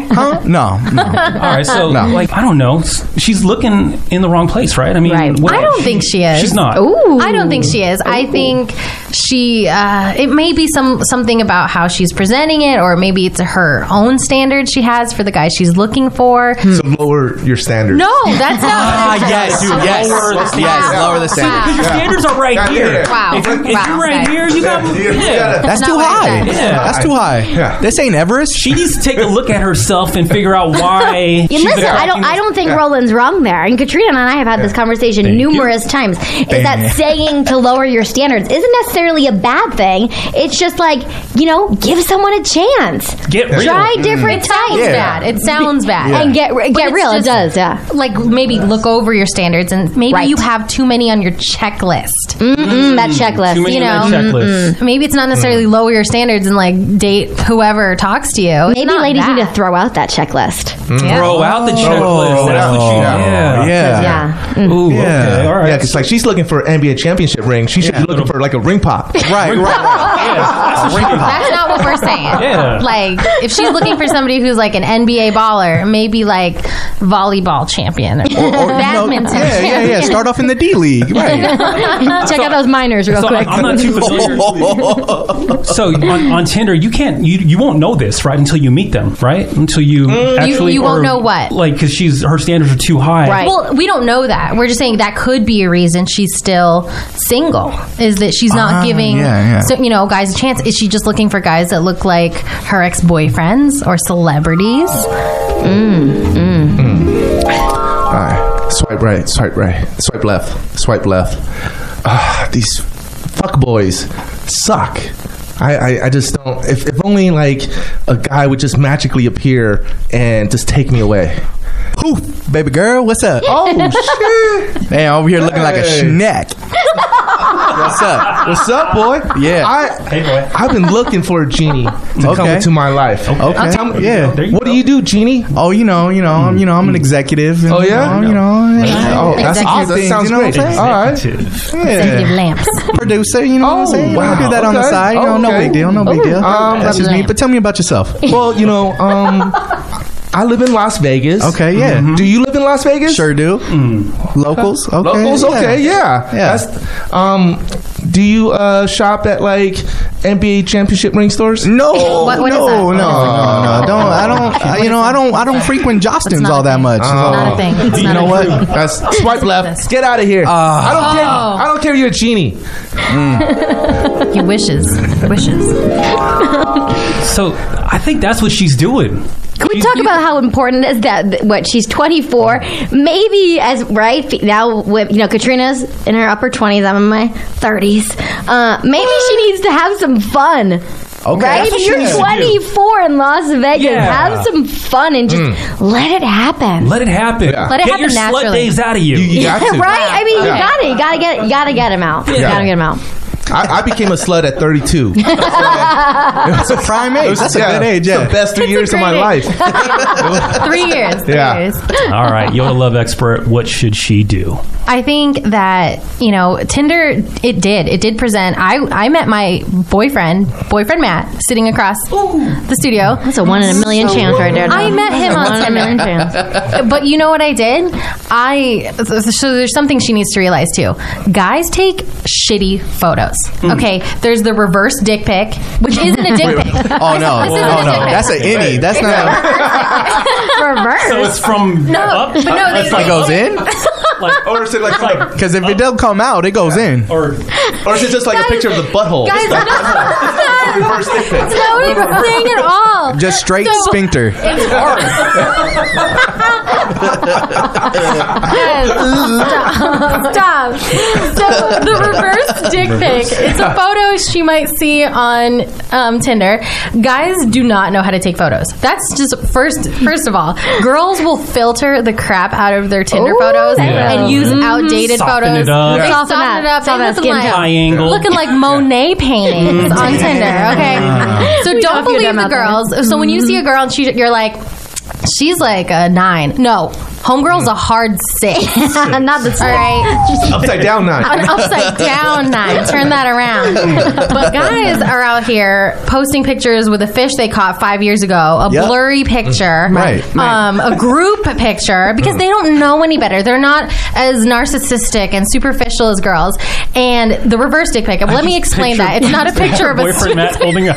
Speaker 11: No.
Speaker 10: All right. So, like, I don't know. S- She's looking in the wrong place, right? I mean, what-
Speaker 8: I don't think she is.
Speaker 10: She's not.
Speaker 8: I don't think she is. I think she. Uh, it may be some something about how she's presenting it, or maybe it's her own standard she has for the guy she's looking for.
Speaker 9: So lower your standards.
Speaker 8: No, that's not.
Speaker 9: Ah, yes, dude, yes.
Speaker 10: Lower the standards.
Speaker 9: Yes, lower the standards.
Speaker 10: See, your
Speaker 9: Yeah.
Speaker 10: standards are right
Speaker 9: Yeah,
Speaker 10: here.
Speaker 9: yeah. Wow.
Speaker 10: If, if
Speaker 9: Wow,
Speaker 10: you're right
Speaker 9: okay.
Speaker 10: here, you got.
Speaker 9: Yeah, you
Speaker 10: Yeah.
Speaker 9: gotta-
Speaker 11: That's too high. That's too high. This ain't Everest.
Speaker 10: She needs to take a look at herself and figure out why.
Speaker 3: Yeah,
Speaker 10: she's
Speaker 3: listen, I
Speaker 10: attracting
Speaker 3: don't. I
Speaker 10: this-
Speaker 3: don't think Roland's wrong there. And Katrina and I have had this conversation numerous times. Is
Speaker 10: Thank
Speaker 3: that
Speaker 10: you.
Speaker 3: saying to lower your standards isn't necessarily a bad thing? It's just like you know, give someone a chance.
Speaker 10: Get real.
Speaker 3: Try
Speaker 10: Mm.
Speaker 3: different
Speaker 8: It sounds
Speaker 3: types.
Speaker 8: bad. It sounds bad.
Speaker 3: And get
Speaker 8: But
Speaker 3: get
Speaker 8: it's
Speaker 3: real. it
Speaker 8: just,
Speaker 3: does. Yeah.
Speaker 8: Like maybe look over your standards, and maybe you have too many on your checklist. Mm.
Speaker 3: Mm-mm, Mm. that checklist.
Speaker 8: you know, Mm-mm. maybe it's not necessarily
Speaker 10: Hmm.
Speaker 8: lower your standards and like date whoever talks to you.
Speaker 3: Maybe ladies need to throw out that checklist.
Speaker 10: Throw out the checklist. That's what she. Yeah.
Speaker 9: Yeah.
Speaker 10: Ooh, okay, all right.
Speaker 9: Yeah, because like she's looking for an NBA championship ring. She should be looking for like a ring pop.
Speaker 11: Right,
Speaker 8: That's not what we're saying.
Speaker 9: Yeah.
Speaker 8: Like, if she's looking for somebody who's like an NBA baller, maybe like volleyball champion or, badminton.
Speaker 11: Yeah, yeah, yeah.
Speaker 8: champion.
Speaker 11: Start off in the D League. Right.
Speaker 3: Check out those minors real
Speaker 10: So
Speaker 3: quick.
Speaker 10: I, am not too
Speaker 11: Oh.
Speaker 10: familiar. so on, on Tinder, you can't you you won't know this right until you meet them, right? Until you
Speaker 8: You-
Speaker 10: actually
Speaker 8: you won't
Speaker 10: or,
Speaker 8: know what?
Speaker 10: like because she's her standards are too high.
Speaker 8: Well, we don't know that. We're just saying that could be a reason she's still single. Is that she's not
Speaker 10: Ah,
Speaker 8: giving,
Speaker 10: yeah, yeah.
Speaker 8: So, you know, guys a chance? Is she just looking for guys that look like her ex boyfriends or celebrities?
Speaker 9: All right. Swipe right, swipe right, swipe left, swipe left. Ah, these fuck boys suck. I, I, I just don't. If, if only like a guy would just magically appear and just take me away.
Speaker 11: Who, baby girl? What's up?
Speaker 9: Oh shit!
Speaker 11: Man, over here looking like a
Speaker 9: Hey.
Speaker 11: schneck. What's up?
Speaker 9: What's up, boy?
Speaker 11: Yeah.
Speaker 9: I,
Speaker 10: hey, boy.
Speaker 9: I've been looking for a genie to come
Speaker 11: Okay.
Speaker 9: into my life.
Speaker 11: Okay.
Speaker 9: Tell me-
Speaker 11: yeah.
Speaker 9: What do you do, Genie?
Speaker 11: Oh, you know, you know, I'm, you know, I'm an executive. and,
Speaker 9: Oh, yeah?
Speaker 11: you know, you know,
Speaker 9: Oh, that's
Speaker 11: executive
Speaker 9: awesome. That
Speaker 11: things,
Speaker 9: sounds
Speaker 11: you know what
Speaker 9: great.
Speaker 11: I'm saying?
Speaker 9: All right. Oh,
Speaker 11: Yeah.
Speaker 8: lamps.
Speaker 11: Producer, you know what I'm saying?
Speaker 9: wow.
Speaker 11: I do that on the
Speaker 9: Okay.
Speaker 11: side. You know, no
Speaker 9: Okay.
Speaker 11: big deal, no big
Speaker 9: Ooh.
Speaker 11: deal.
Speaker 9: Um,
Speaker 11: That's just me. But tell me about yourself.
Speaker 9: Well, you know, um, I live in Las Vegas. Mm-hmm.
Speaker 11: Okay, yeah.
Speaker 9: Do you live in Las Vegas?
Speaker 11: Sure do. Locals, okay.
Speaker 9: Locals,
Speaker 11: yeah.
Speaker 9: okay, yeah.
Speaker 11: Yeah.
Speaker 9: That's, um, do you uh, shop at like NBA championship ring stores?
Speaker 11: No,
Speaker 8: What- what is
Speaker 11: no,
Speaker 8: that?
Speaker 11: no, no, no, Don't I don't I- you know I don't I don't frequent Jostins all that much.
Speaker 8: Not a thing. It's
Speaker 11: you
Speaker 8: not
Speaker 11: know
Speaker 8: a
Speaker 11: what?
Speaker 9: That's swipe left. Get out of here. I don't care.
Speaker 8: Oh.
Speaker 9: I don't care. You're a genie.
Speaker 8: He wishes. Wishes.
Speaker 10: So I think that's what she's doing.
Speaker 3: Can we talk about how important is that? What she's 24, maybe as right now. wi- You know, Katrina's in her upper 20s. I'm in my 30s. Uh, maybe she needs to have some fun.
Speaker 11: Okay,
Speaker 3: right?
Speaker 11: that's what she
Speaker 3: You're
Speaker 11: needs to do.
Speaker 3: 24 in Las Vegas.
Speaker 10: Yeah.
Speaker 3: Have some fun and just
Speaker 11: Hmm.
Speaker 10: Mm.
Speaker 3: let it happen.
Speaker 10: Let it happen.
Speaker 3: Let it
Speaker 10: Get your
Speaker 3: happen
Speaker 10: slut
Speaker 3: naturally.
Speaker 10: days out of you.
Speaker 3: right? I mean,
Speaker 9: Yeah.
Speaker 3: you got it. You gotta get. You gotta get him out. You
Speaker 9: Yeah.
Speaker 3: gotta get him out.
Speaker 9: I, I became a slut at 32.
Speaker 11: That's a prime age. That's a good age.
Speaker 9: it's
Speaker 11: Yeah.
Speaker 9: the best three years of my life.
Speaker 8: Three years. Three
Speaker 9: Yeah.
Speaker 8: years.
Speaker 10: All right, Yoda love expert. What should she do?
Speaker 8: I think that you know Tinder. It did. It did present. I I met my boyfriend, boyfriend Matt, sitting across the studio. That's
Speaker 3: a one in a million chance right there,
Speaker 8: I
Speaker 3: Dom.
Speaker 8: met him
Speaker 3: That's a
Speaker 8: on
Speaker 3: one in a million
Speaker 8: Tinder. But you know what I did? I so there's something she needs to realize too. Guys take shitty photos.
Speaker 9: Mm.
Speaker 8: Okay, there's the reverse dick pic, which isn't a dick
Speaker 9: Wait,
Speaker 8: pic.
Speaker 11: Oh no!
Speaker 8: This isn't
Speaker 11: Oh
Speaker 8: a
Speaker 11: no!
Speaker 8: dick pic.
Speaker 11: That's an innie. That's not.
Speaker 8: reverse.
Speaker 10: So it's from
Speaker 8: No,
Speaker 10: up?
Speaker 8: but no, they-
Speaker 10: It's like-
Speaker 11: It goes in?
Speaker 10: Like, or is it like, like
Speaker 11: Because if it doesn't come out, it goes in.
Speaker 10: Or,
Speaker 9: or is it just like a picture of the butthole?
Speaker 8: Guys, no,
Speaker 9: Reverse dick pic.
Speaker 8: that's not what I'm saying at all.
Speaker 11: Just straight
Speaker 8: So-
Speaker 11: sphincter.
Speaker 8: It's Yes, Stop. Stop. So the reverse dick pic.
Speaker 12: Reverse.
Speaker 8: It's a photo she might see on um, Tinder. Guys do not know how to take photos. That's just first. First of all, girls will filter the crap out of their Tinder photos
Speaker 10: Yeah.
Speaker 8: and use
Speaker 10: Mhm.
Speaker 8: outdated
Speaker 10: Soften
Speaker 8: photos.
Speaker 10: it up.
Speaker 8: They
Speaker 10: Yeah.
Speaker 8: Oh, Mm-hmm. soften it up.
Speaker 3: Soften
Speaker 8: They
Speaker 3: that
Speaker 8: looking
Speaker 3: skin
Speaker 8: like,
Speaker 3: tone.
Speaker 10: High angle.
Speaker 8: looking like Monet paintings on Tinder. Okay, so
Speaker 3: We
Speaker 8: don't
Speaker 3: love you,
Speaker 8: believe
Speaker 3: them
Speaker 8: the
Speaker 3: out there.
Speaker 8: girls. So when you see a girl and she, you're like, she's like a nine. No, homegirl's a hard six.
Speaker 3: Not the
Speaker 8: All right.
Speaker 9: Upside down nine.
Speaker 8: An upside down nine. Turn that around. But guys are out here posting pictures with a fish they caught five years ago, a
Speaker 12: Yep.
Speaker 8: blurry picture,
Speaker 12: Right, right.
Speaker 8: Um, a group picture, because they don't know any better. They're not as narcissistic and superficial as girls. And the reverse dick pic. Let me explain
Speaker 10: Picture-
Speaker 8: that. It's not a picture of a Oh,
Speaker 10: boyfriend Matt holding a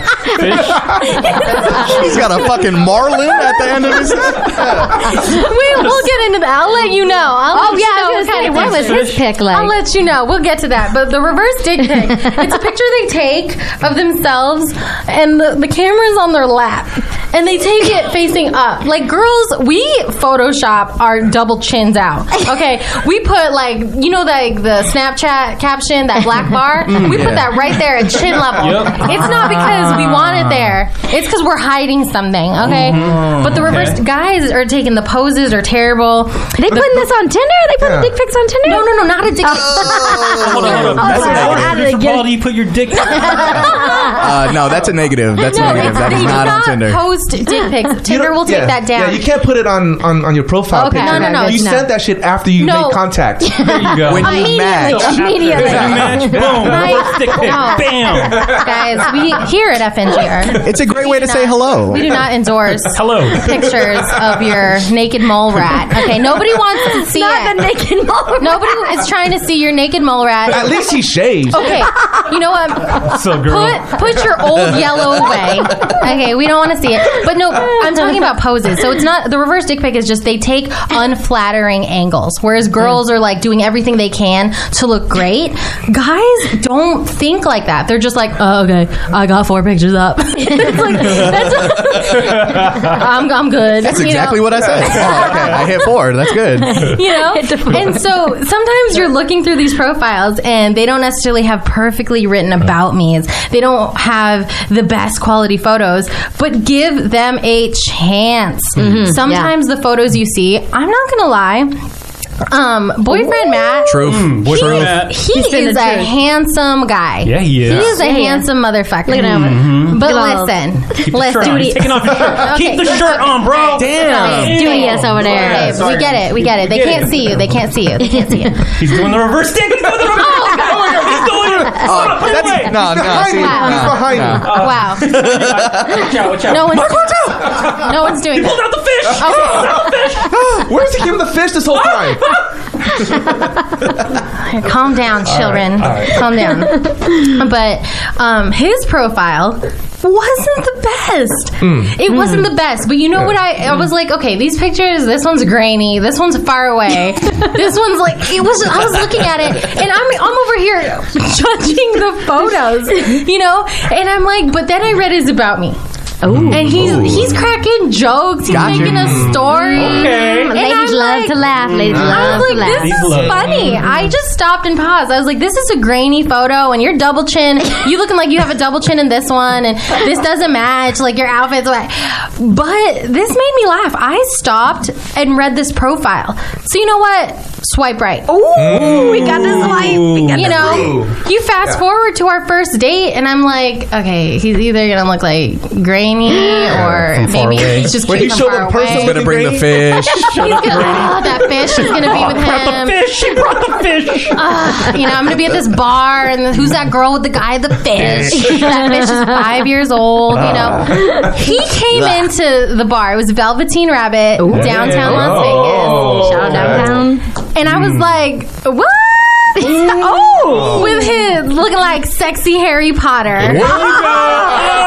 Speaker 11: He's got a fucking marlin at the end of his.
Speaker 8: we will get into that. I'll let you know. I'll
Speaker 3: Oh,
Speaker 8: let
Speaker 3: yeah,
Speaker 8: you
Speaker 3: I
Speaker 8: know
Speaker 3: was gonna
Speaker 8: kind
Speaker 3: say,
Speaker 8: of
Speaker 3: what was his pick like?
Speaker 8: I'll let you know. We'll get to that. But the reverse dick pic. it's a picture they take of themselves, and the, the camera's on their lap, and they take it facing up. Like girls, we Photoshop our double chins out. Okay, we put like you know like the Snapchat caption that black bar.
Speaker 12: Mm,
Speaker 8: we put
Speaker 12: yeah.
Speaker 8: that right there at chin level.
Speaker 12: Yep.
Speaker 8: It's not because we want it there. It's because we're hiding something. Okay,
Speaker 12: Mhm.
Speaker 11: Mm-hmm.
Speaker 8: but the reverse
Speaker 12: Okay.
Speaker 8: guys are taking the poses are terrible. they putting this on Tinder? They
Speaker 10: putting Yeah. dick
Speaker 8: pics on Tinder? Oh. No, no, no, not a dick.
Speaker 10: Hold on, hold on. That's
Speaker 8: Out of
Speaker 10: important.
Speaker 8: the
Speaker 10: Mr.
Speaker 8: gate.
Speaker 10: Paul, do you put your dick.
Speaker 11: Uh, no, that's a negative. That's
Speaker 8: No,
Speaker 11: negative.
Speaker 8: it's-
Speaker 11: That is
Speaker 8: they do
Speaker 11: not on
Speaker 8: not
Speaker 11: Tinder.
Speaker 8: Post dick pics. Tinder will take
Speaker 9: yeah,
Speaker 8: that
Speaker 9: Yeah,
Speaker 8: down.
Speaker 9: you can't put it on on, on your profile
Speaker 8: Okay.
Speaker 9: picture.
Speaker 8: No, no, no,
Speaker 9: You
Speaker 8: no.
Speaker 9: sent that shit after you
Speaker 8: No.
Speaker 9: made contact.
Speaker 8: There
Speaker 10: you go.
Speaker 9: When
Speaker 8: Immediately,
Speaker 9: you match.
Speaker 8: immediately.
Speaker 9: When you match,
Speaker 10: boom,
Speaker 8: Right?
Speaker 10: reverse dick pic,
Speaker 8: No.
Speaker 10: bam.
Speaker 8: Guys, we here at FNGR.
Speaker 11: It's a great way to say hello.
Speaker 8: We do not endorse
Speaker 10: Hello.
Speaker 8: pictures of your naked mole rat. Okay, nobody wants to see it. the naked mole rat. Nobody is trying to see your naked mole rat.
Speaker 9: At least he shaved.
Speaker 8: Okay, you know what?
Speaker 9: So
Speaker 8: Put put your old yellow away. Okay, we don't want to see it. But no, I'm talking about poses. So it's not the reverse dick pic is just they take unflattering angles. Whereas girls are like doing everything they can to look great. Guys don't think like that. They're just like, oh, okay, I got four pictures up. it's like that's I'm I'm good.
Speaker 11: That's
Speaker 8: You know?
Speaker 11: exactly what I said. Oh, okay. I hit four. That's good.
Speaker 8: you know? And so sometimes you're looking through these profiles and they don't necessarily have perfectly written
Speaker 10: Uh-huh.
Speaker 8: about me's. They don't have the best quality photos, but give them a chance.
Speaker 10: Mm-hmm.
Speaker 8: Mm-hmm.
Speaker 12: Mhm.
Speaker 8: Sometimes the photos you see, I'm not going to lie, um, boyfriend Matt.
Speaker 11: Truth.
Speaker 10: Mm, boyfriend
Speaker 8: he,
Speaker 10: Matt.
Speaker 8: he
Speaker 3: He's saying
Speaker 8: is a
Speaker 3: the truth.
Speaker 8: handsome guy.
Speaker 10: Yeah, he is.
Speaker 8: He is a
Speaker 3: Yeah, he is.
Speaker 8: handsome motherfucker.
Speaker 3: Look at him.
Speaker 10: Mhm.
Speaker 8: But
Speaker 3: Look at all-
Speaker 8: listen,
Speaker 10: the
Speaker 8: listen,
Speaker 10: shirt on. He's taking off his shirt. Keep the
Speaker 8: let's
Speaker 10: shirt
Speaker 8: go-
Speaker 10: on, bro.
Speaker 8: Right.
Speaker 10: Damn.
Speaker 8: Okay,
Speaker 10: Doing
Speaker 8: Doing
Speaker 10: us over there.
Speaker 8: Hey,
Speaker 10: Sorry.
Speaker 8: we get it. We get it. They
Speaker 10: Get
Speaker 8: can't
Speaker 10: it.
Speaker 8: see you. They can't see you. They can't see you.
Speaker 10: He's doing the reverse dick. He's doing the reverse
Speaker 8: Oh,
Speaker 10: dick. He's doing it. Hold
Speaker 9: Oh,
Speaker 10: on, put it away.
Speaker 11: No, no. See,
Speaker 8: Wow.
Speaker 11: no,
Speaker 9: behind
Speaker 11: no.
Speaker 8: Wow.
Speaker 10: Watch out, watch out.
Speaker 8: No Oh. one's, no one's doing
Speaker 10: He pulled
Speaker 8: that.
Speaker 10: out the fish.
Speaker 8: Okay.
Speaker 10: He pulled out the fish.
Speaker 9: Where's he keeping the fish this whole time?
Speaker 8: Calm down, children.
Speaker 9: all right.
Speaker 8: Calm down. but um, his profile wasn't the best. It wasn't the best. But you know what? I, I was like, okay, these pictures. This one's grainy. This one's far away. this one's like it was. I was looking at it, and I'm I'm over here judging the photos, you know. And I'm like, but then I read his about me. and he's
Speaker 3: Ooh.
Speaker 8: he's cracking jokes. He's
Speaker 3: Gotcha.
Speaker 8: making a story.
Speaker 3: Okay.
Speaker 8: And
Speaker 3: Ladies
Speaker 8: I'm
Speaker 3: love to laugh. Ladies
Speaker 8: I
Speaker 3: love
Speaker 8: was
Speaker 3: to
Speaker 8: like,
Speaker 3: laugh.
Speaker 8: this
Speaker 3: Ladies
Speaker 8: is
Speaker 3: love.
Speaker 8: funny. I just stopped and paused. I was like, this is a grainy photo, and your double chin, you looking like you have a double chin in this one, and this doesn't match. Like your outfit's like, but this made me laugh. I stopped and read this profile. So you know what? Swipe right. Oh, we got this swipe.
Speaker 12: We got
Speaker 8: you
Speaker 12: to
Speaker 8: know,
Speaker 12: swipe.
Speaker 8: you fast
Speaker 12: Yeah.
Speaker 8: forward to our first date, and I'm like, okay, he's either gonna look like grainy or
Speaker 11: From far
Speaker 8: maybe
Speaker 11: away.
Speaker 8: he's just
Speaker 11: When
Speaker 8: cute
Speaker 11: you
Speaker 8: from
Speaker 11: show
Speaker 8: far
Speaker 11: the person
Speaker 8: away.
Speaker 11: He's gonna bring the fish.
Speaker 8: He's gonna, oh, that fish is gonna
Speaker 11: Oh,
Speaker 8: be with
Speaker 10: Brought
Speaker 8: him.
Speaker 10: the fish. She brought the fish.
Speaker 8: Ugh, you know, I'm gonna be at this bar, and then who's that girl with the guy, the fish? that fish is five years old. You know, he came into the bar. It was Velveteen Rabbit, downtown Las Vegas. Shout out downtown. And I was like, what? Hmm. oh, with his looking like sexy Harry Potter.
Speaker 11: There you go.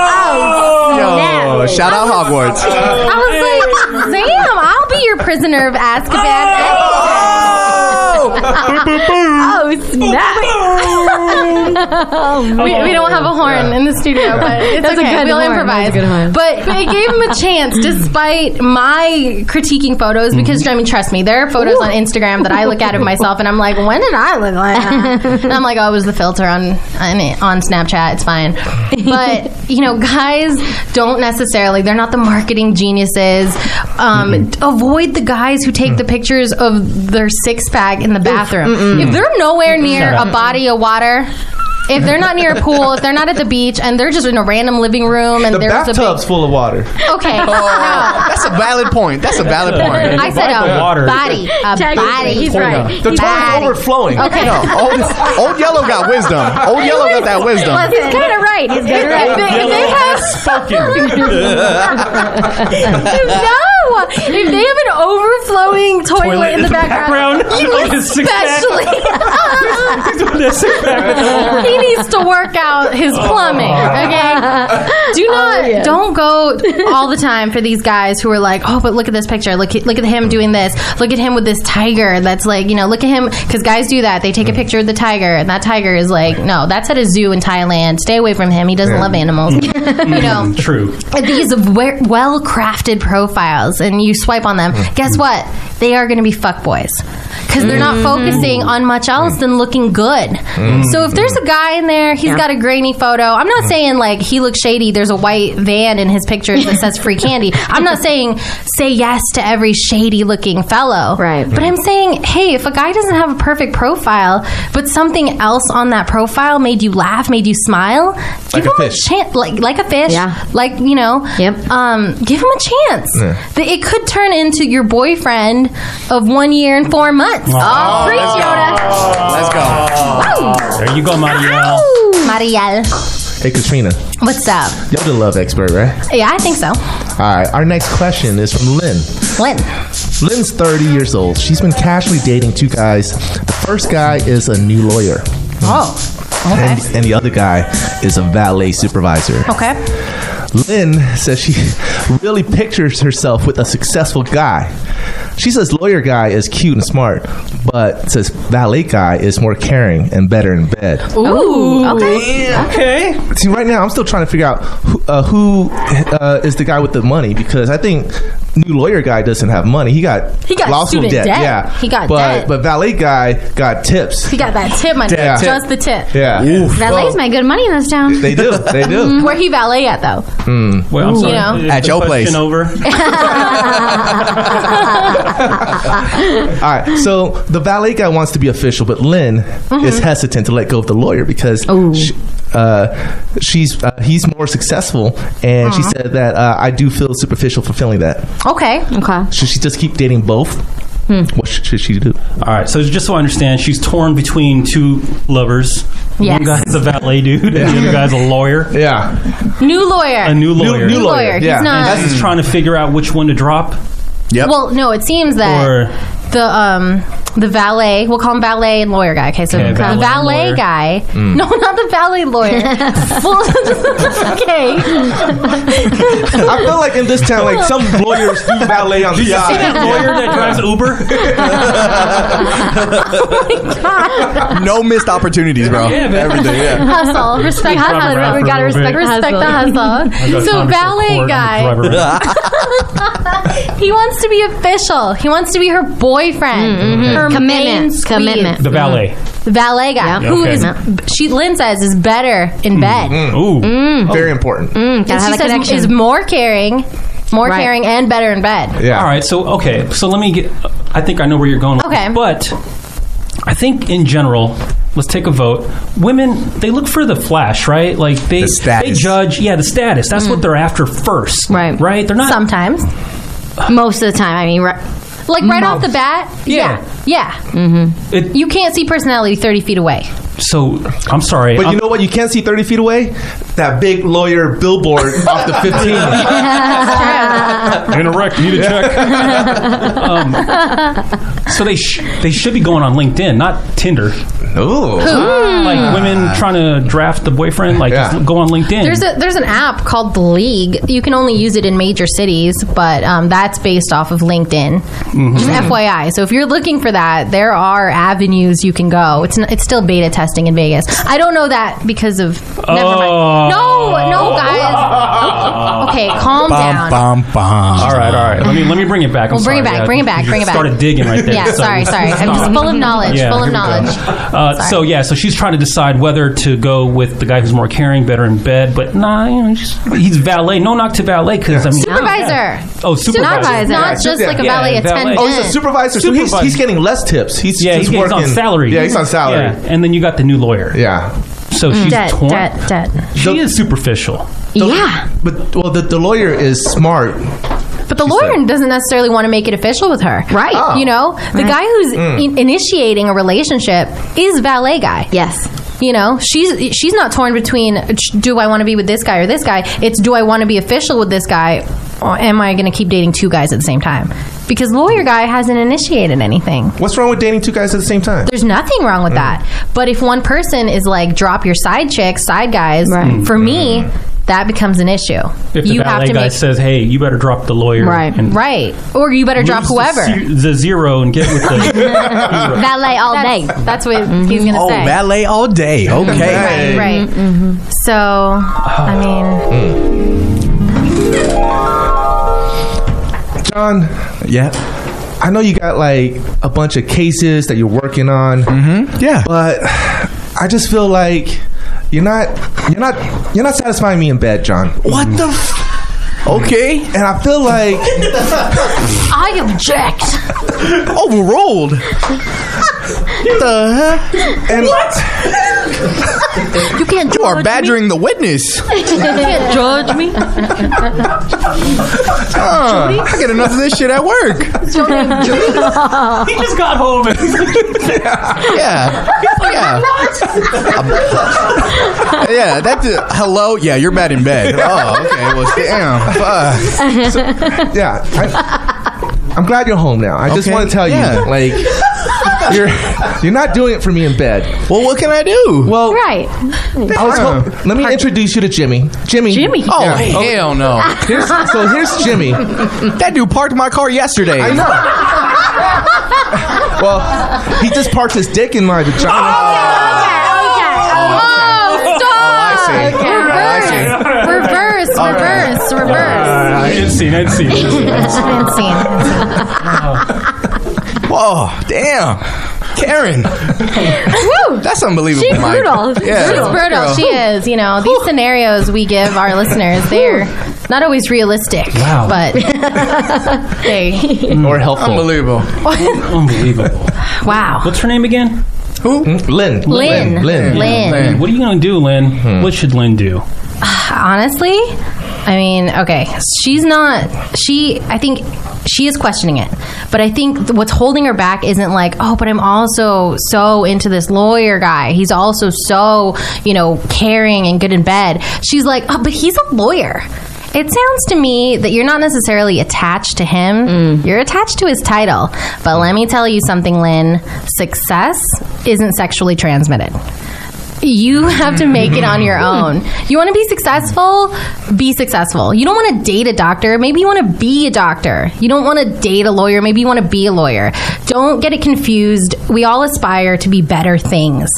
Speaker 8: Oh, snap.
Speaker 11: Yo, shout out Hogwarts.
Speaker 8: I was like, damn, I'll be your prisoner of Oh. Azkaban. Oh, snap. we, we don't have a horn in the studio, but it's
Speaker 13: That's a
Speaker 8: okay.
Speaker 13: good
Speaker 8: we'll
Speaker 13: horn.
Speaker 8: improvise.
Speaker 13: That's a good horn.
Speaker 8: But they gave him a chance, despite my critiquing photos,
Speaker 13: Mm-hmm.
Speaker 8: because I mean, trust me, there are photos on Instagram that I look at of myself, and I'm like, when did I look like that? And I'm like, oh, it was the filter on on, on Snapchat. It's fine. But you know, guys don't necessarily. They're not the marketing geniuses. Um,
Speaker 13: Mm-hmm.
Speaker 8: Avoid the guys who
Speaker 13: Mm.
Speaker 8: take the pictures of their six pack in the bathroom.
Speaker 13: Mm-mm.
Speaker 8: If they're nowhere near
Speaker 13: Shut
Speaker 8: a
Speaker 13: up.
Speaker 8: body of water. If they're not near a pool, if they're not at the beach, and they're just in a random living room, and
Speaker 9: The
Speaker 8: there's a big
Speaker 9: bathtub's full of water.
Speaker 8: Okay.
Speaker 11: That's a valid point. That's a valid point.
Speaker 8: I said a
Speaker 11: Water.
Speaker 8: body. A
Speaker 11: Technically,
Speaker 8: body.
Speaker 11: he's right. The He's toilet's right.
Speaker 9: overflowing.
Speaker 8: Okay.
Speaker 11: No, old, old Yellow got wisdom. Old Yellow got that wisdom.
Speaker 8: He's kind of right. He's
Speaker 13: kinda
Speaker 8: If
Speaker 13: right.
Speaker 8: they, if they have no, if they have an overflowing toilet,
Speaker 13: Toilet
Speaker 8: in the background,
Speaker 13: background.
Speaker 8: he
Speaker 13: Six pack.
Speaker 8: especially
Speaker 13: six pack.
Speaker 8: he needs to work out his plumbing. Okay, do not
Speaker 13: Oh, yeah.
Speaker 8: don't go all the time for these guys who are like, oh, but look at this picture. Look at look at him doing this. Look at him with this tiger. That's like you know, look at him because guys do that. They take a picture of the tiger, and that tiger is like, no, that's at a zoo in Thailand. Stay away from him. He doesn't
Speaker 10: Yeah.
Speaker 8: love animals. you know.
Speaker 10: True.
Speaker 8: These well crafted profiles, and you swipe on them.
Speaker 13: Mm.
Speaker 8: Guess what? They are going to be fuckboys because they're not
Speaker 13: Mm.
Speaker 8: focusing on much else than looking good.
Speaker 13: Mm.
Speaker 8: So if there's a guy in there, he's
Speaker 13: Yeah.
Speaker 8: got a grainy photo. I'm not saying like he looks shady. There's a white van in his pictures that says free candy. I'm not saying say yes to every shady looking fellow. Right. But I'm saying, hey, if a guy doesn't have a perfect profile, but something else on that profile made you laugh, made you smile,
Speaker 13: Like
Speaker 8: give
Speaker 13: a
Speaker 8: him
Speaker 13: fish.
Speaker 8: a chance. Like like a fish.
Speaker 13: Yeah.
Speaker 8: Like you know. Yep. Um, give him a chance.
Speaker 13: Yeah.
Speaker 8: That It could turn into your boyfriend of one year and four months.
Speaker 10: Oh,
Speaker 8: Preach,
Speaker 10: let's go.
Speaker 8: Yoda.
Speaker 10: Let's
Speaker 8: go.
Speaker 10: There you go, Mariel.
Speaker 8: Mariel,
Speaker 9: Hey, Katrina,
Speaker 8: what's up?
Speaker 9: you're the love expert, right?
Speaker 8: Yeah, I think so.
Speaker 9: All right, our next question is from Lynn.
Speaker 8: Lynn.
Speaker 9: Lynn's 30 years old. She's been casually dating two guys. The first guy is a new lawyer.
Speaker 8: Oh,
Speaker 9: And, and the other guy is a valet supervisor.
Speaker 8: Okay.
Speaker 9: Lynn says she really pictures herself with a successful guy. She says lawyer guy is cute and smart, but says valet guy is more caring and better in bed.
Speaker 13: Ooh.
Speaker 8: Okay.
Speaker 9: Okay. See, right now I'm still trying to figure out who, uh, who uh, is the guy with the money because I think new lawyer guy doesn't have money. He got
Speaker 8: He got
Speaker 9: law school
Speaker 8: student
Speaker 9: debt.
Speaker 8: debt.
Speaker 9: Yeah,
Speaker 8: He got
Speaker 9: but,
Speaker 8: debt.
Speaker 9: But valet guy got tips.
Speaker 8: He got that tip, my dude.
Speaker 9: Yeah.
Speaker 8: Just the tip.
Speaker 9: Yeah.
Speaker 3: Valet's
Speaker 8: my good money in this town.
Speaker 9: They do. They do.
Speaker 8: Where he valet at though?
Speaker 9: Mm.
Speaker 10: Well, I'm
Speaker 8: You
Speaker 10: sorry.
Speaker 8: know.
Speaker 10: Is
Speaker 9: At
Speaker 10: the
Speaker 9: your
Speaker 10: question
Speaker 9: place.
Speaker 10: Over.
Speaker 8: Mm-hmm.
Speaker 9: All right. So the valet guy wants to be official, but Lynn
Speaker 8: Mm-hmm.
Speaker 9: is hesitant to let go of the lawyer because she, uh, she's uh, he's more successful, and she
Speaker 8: Aw.
Speaker 9: said that uh, I do feel superficial for feeling that.
Speaker 8: Okay. Okay.
Speaker 9: Should she just keep dating both?
Speaker 8: Hmm.
Speaker 9: What should, should she do?
Speaker 10: All right. So just so I understand, she's torn between two lovers.
Speaker 8: Yes.
Speaker 10: One guy's a valet dude, and the other guy's a lawyer.
Speaker 9: Yeah.
Speaker 8: New lawyer.
Speaker 10: A new lawyer.
Speaker 8: New, lawyer. He's not.
Speaker 10: And she's trying to figure out which one to drop.
Speaker 9: Yep.
Speaker 8: Well, no. It seems that
Speaker 10: Or
Speaker 8: the um the valet we'll call him valet and lawyer guy okay so
Speaker 10: Okay,
Speaker 8: the
Speaker 10: valet
Speaker 8: valet,
Speaker 10: and lawyer.
Speaker 8: guy
Speaker 10: Mm.
Speaker 8: no not the valet lawyer Full- okay
Speaker 9: I feel like in this town, like some lawyers do valet on the
Speaker 10: Did you see
Speaker 9: side.
Speaker 10: that lawyer that drives
Speaker 11: No missed opportunities, bro.
Speaker 10: Yeah, man.
Speaker 11: Everything, yeah.
Speaker 8: hustle respect
Speaker 11: Driving
Speaker 8: hustle
Speaker 11: around
Speaker 8: we
Speaker 11: for a
Speaker 8: gotta
Speaker 11: little
Speaker 8: respect
Speaker 11: bit.
Speaker 8: respect the
Speaker 11: I
Speaker 8: hustle
Speaker 11: got
Speaker 8: so
Speaker 11: time to
Speaker 8: valet
Speaker 11: record, I'm gonna drive
Speaker 8: guy he wants to be official he wants to be her boyfriend her main
Speaker 3: Commitment.
Speaker 8: squeeze. Mm,
Speaker 3: Commitment.
Speaker 10: the valet.
Speaker 8: The valet guy
Speaker 10: Yeah.
Speaker 8: who
Speaker 10: Okay.
Speaker 8: is she Lynn says is better in bed
Speaker 10: Ooh.
Speaker 8: Mm.
Speaker 9: Very important.
Speaker 8: And
Speaker 10: Mm-hmm.
Speaker 3: have
Speaker 8: she
Speaker 3: a
Speaker 8: says
Speaker 3: connection.
Speaker 8: is more caring, more
Speaker 3: Right.
Speaker 8: caring, and better in bed.
Speaker 9: Yeah.
Speaker 10: All right. So okay. So let me get. I think I know where you're going. With
Speaker 8: Okay.
Speaker 10: This, but I think in general, let's take a vote. Women, they look for the flash, right? Like they they judge. Yeah, the status. That's
Speaker 8: Mm.
Speaker 10: what they're after first. Right. Right. They're not.
Speaker 8: Sometimes.
Speaker 3: Most of the time, I mean, right.
Speaker 8: Like right off the bat, yeah, yeah.
Speaker 3: Mm-hmm.
Speaker 8: you can't see personality thirty feet away.
Speaker 10: So I'm sorry.
Speaker 9: But you know what? You can't see 30 feet away. That big lawyer billboard off the 15.
Speaker 10: Interrupt. Need a check. um, so they sh- they should be going on LinkedIn, not Tinder.
Speaker 9: Ooh.
Speaker 8: Who?
Speaker 10: Like women trying to draft the boyfriend, like just go on LinkedIn.
Speaker 8: There's a there's an app called the League. You can only use it in major cities, but um, that's based off of LinkedIn.
Speaker 10: Mhm.
Speaker 8: Just FYI. So if you're looking for that, there are avenues you can go. It's n- it's still beta testing in Vegas. I don't know that because of never
Speaker 10: Oh.
Speaker 8: mind. No, no, guys. Okay, calm down.
Speaker 10: All right, all right. Let me let me bring it back. I'm
Speaker 8: Well, bring it
Speaker 10: sorry.
Speaker 8: back,
Speaker 10: Yeah,
Speaker 8: bring it back,
Speaker 10: you
Speaker 8: bring it back.
Speaker 10: Started digging right there.
Speaker 8: Yeah, sorry, sorry. I'm just full of knowledge, full of
Speaker 10: here we go.
Speaker 8: knowledge.
Speaker 10: Uh, so yeah, so she's trying to decide whether to go with the guy who's more caring, better in bed, but nah, you know, he's, he's valet. No knock to valet because I mean,
Speaker 8: Supervisor.
Speaker 10: Oh, supervisor.
Speaker 8: Supervisor. Not just like a
Speaker 10: Yeah,
Speaker 8: valet attendant.
Speaker 9: Oh, he's a supervisor, so he's,
Speaker 10: Supervisor.
Speaker 9: he's getting less tips. He's
Speaker 10: yeah,
Speaker 9: he's,
Speaker 10: he's, he's
Speaker 9: working
Speaker 10: on salary.
Speaker 9: Yeah, he's on salary.
Speaker 10: Yeah, And then you got the new lawyer.
Speaker 9: Yeah.
Speaker 10: So she's
Speaker 8: Mm. debt,
Speaker 10: torn.
Speaker 8: debt, debt.
Speaker 10: She is superficial.
Speaker 8: Yeah,
Speaker 9: But well, the, the lawyer is smart.
Speaker 8: but the lawyer doesn't necessarily want to make it official with her, right?
Speaker 10: Oh.
Speaker 8: You know, the guy who's
Speaker 9: Mm.
Speaker 8: in- initiating a relationship is valet guy. Yes. You know, she's she's not torn between do I want to be with this guy or this guy. It's do I want to be official with this guy, or am I going to keep dating two guys at the same time? Because lawyer guy hasn't initiated anything.
Speaker 9: What's wrong with dating two guys at the same time?
Speaker 8: There's nothing wrong with
Speaker 9: Mm.
Speaker 8: that. But if one person is like, drop your side chicks, side guys,
Speaker 10: Right.
Speaker 8: for me, that becomes an issue.
Speaker 10: Mm. If the valet guy says, "Hey, you better drop the lawyer," and
Speaker 8: right. Or you better drop
Speaker 10: lose the
Speaker 8: whoever.
Speaker 10: ze- the zero and get with the
Speaker 8: valet all day. That's what he's going to
Speaker 11: Oh,
Speaker 8: say.
Speaker 11: valet all day. Okay.
Speaker 8: Right, right. So, I mean,
Speaker 9: John.
Speaker 11: Yeah.
Speaker 9: I know you got like a bunch of cases that you're working on. Mm-hmm.
Speaker 11: Yeah.
Speaker 9: But I just feel like you're not you're not you're not satisfying me in bed, John.
Speaker 11: What the? F-
Speaker 9: okay. And I feel like
Speaker 8: I object.
Speaker 11: Overruled. the heck?
Speaker 9: And
Speaker 11: what? you can't. You are badgering the witness.
Speaker 13: can't judge me.
Speaker 11: Huh, I get enough of this shit at work.
Speaker 10: he just got home.
Speaker 11: yeah. Yeah. yeah. That. uh, hello. Yeah, you're bad in bed. Oh, okay. Well, damn. Fuck.
Speaker 9: So, yeah. I, I'm glad you're home now. I just
Speaker 11: Okay,
Speaker 9: want to tell
Speaker 11: yeah.
Speaker 9: you, like, you're you're not doing it for me in bed.
Speaker 11: Well, what can I do?
Speaker 9: Well,
Speaker 8: right.
Speaker 9: I was hop- let me introduce you to Jimmy. Jimmy.
Speaker 11: Jimmy. Oh, hell no.
Speaker 9: Here's, so here's Jimmy.
Speaker 11: That dude parked my car yesterday.
Speaker 9: I know. Well, he just parked his dick in my vagina.
Speaker 8: Oh, stop!
Speaker 11: Oh,
Speaker 8: Reverse, reverse, reverse, reverse.
Speaker 10: Insane, insane.
Speaker 11: Whoa, Oh, damn. Karen. That's unbelievable,
Speaker 8: She's
Speaker 11: Mike.
Speaker 8: brutal.
Speaker 11: Yeah.
Speaker 8: She's brutal.
Speaker 11: Girl.
Speaker 8: She is. You know, these scenarios we give our listeners, they're not always realistic,
Speaker 11: Wow.
Speaker 8: but they.
Speaker 9: Or helpful.
Speaker 11: Unbelievable.
Speaker 10: Unbelievable.
Speaker 8: Wow.
Speaker 10: What's her name again?
Speaker 11: Who?
Speaker 9: Lynn.
Speaker 8: Lynn. Lynn. Lynn. Lynn.
Speaker 10: What are you going to do, Lynn? What should Lynn do?
Speaker 8: Honestly, I mean, okay, she's not. She, I think, she is questioning it, but I think th- what's holding her back isn't like, oh, but I'm also so into this lawyer guy. He's also so, you know, caring and good in bed. She's like, oh, but he's a lawyer. It sounds to me that you're not necessarily attached to him. You're attached to his title. But let me tell you something, Lynn. Success isn't sexually transmitted. You have to make it on your own. You want to be successful? Be successful. You don't want to date a doctor. Maybe you want to be a doctor. You don't want to date a lawyer. Maybe you want to be a lawyer. Don't get it confused. We all aspire to be better things,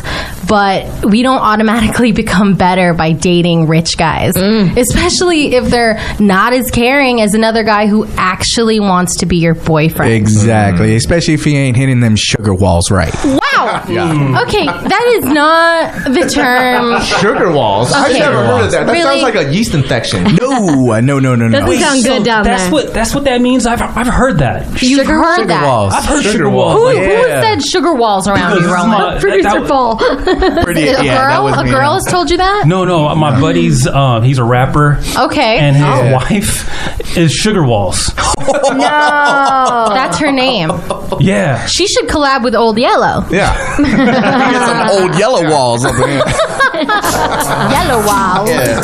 Speaker 8: but we don't automatically become better by dating rich guys,
Speaker 10: Mm.
Speaker 8: especially if they're not as caring as another guy who actually wants to be your boyfriend.
Speaker 11: Exactly. Especially if he ain't hitting them sugar walls right.
Speaker 8: Wow.
Speaker 11: Yeah.
Speaker 8: Okay, that is not the term.
Speaker 9: Sugar walls. I've
Speaker 8: Okay.
Speaker 9: never heard of that. That
Speaker 8: Really?
Speaker 9: sounds like a yeast infection.
Speaker 11: No, uh, no, no, no, no.
Speaker 10: Wait,
Speaker 13: sound good down
Speaker 10: that's
Speaker 13: there.
Speaker 10: What, that's what that means. I've, I've heard that.
Speaker 8: You've heard
Speaker 10: sugar
Speaker 8: that.
Speaker 10: walls. I've heard sugar, walls.
Speaker 8: Who,
Speaker 10: Like,
Speaker 8: who
Speaker 10: yeah.
Speaker 8: said sugar walls around
Speaker 10: This
Speaker 8: you,
Speaker 10: is my-
Speaker 8: Roland?
Speaker 10: that- Producer that was-
Speaker 8: Paul.
Speaker 10: Pretty-
Speaker 8: a
Speaker 10: yeah, that
Speaker 8: girl?
Speaker 10: was
Speaker 8: A
Speaker 10: me,
Speaker 8: girl
Speaker 10: yeah.
Speaker 8: has told you that?
Speaker 10: No, no. My buddy's um, he's a rapper.
Speaker 8: Okay.
Speaker 10: And his
Speaker 13: Oh.
Speaker 8: Yeah.
Speaker 10: wife is Sugar Walls.
Speaker 8: no. That's her name.
Speaker 10: Yeah.
Speaker 8: She should collab with Old Yellow.
Speaker 9: Yeah.
Speaker 11: Get some old yellow walls up in here.
Speaker 8: Yellow Wow.
Speaker 11: Yeah.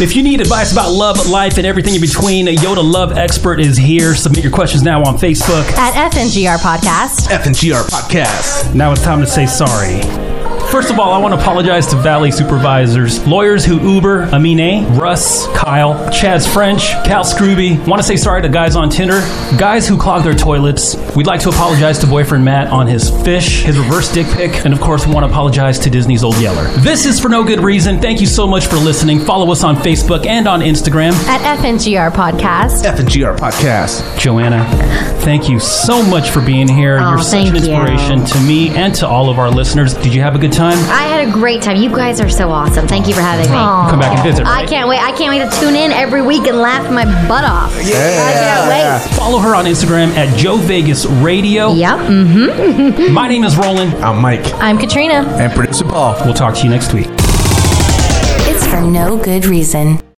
Speaker 10: If you need advice about love, life, and everything in between, a Yoda love expert is here. Submit your questions now on Facebook.
Speaker 8: At FNGR Podcast.
Speaker 10: FNGR Podcast. Now it's time to say sorry. First of all, I want to apologize to Valley supervisors, lawyers who Uber, Amine, Russ, Kyle, Chaz French, Cal Scrooby. Want to say sorry to guys on Tinder, guys who clog their toilets. We'd like to apologize to boyfriend Matt on his fish, his reverse dick pic, and of course, we want to apologize to Disney's Old Yeller. This is for no good reason. Thank you so much for listening. Follow us on Facebook and on Instagram.
Speaker 8: At FNGR Podcast.
Speaker 10: FNGR Podcast. Joanna, thank you so much for being here.
Speaker 3: Oh,
Speaker 10: You're such
Speaker 3: thank
Speaker 10: an
Speaker 3: you.
Speaker 10: inspiration to me and to all of our listeners. Did you have a good time?
Speaker 3: I had a great time. You guys are so awesome. Thank you for having me.
Speaker 10: Come back and visit,
Speaker 3: I
Speaker 10: right?
Speaker 3: can't wait. I can't wait to tune in every week and laugh my butt off. I can't wait.
Speaker 10: Follow her on Instagram at Joe Vegas Radio. Yep. Mm-hmm. My name is Roland. I'm Mike.
Speaker 8: I'm Katrina.
Speaker 10: And producer Paul. We'll talk to you next week.
Speaker 14: It's for no good reason.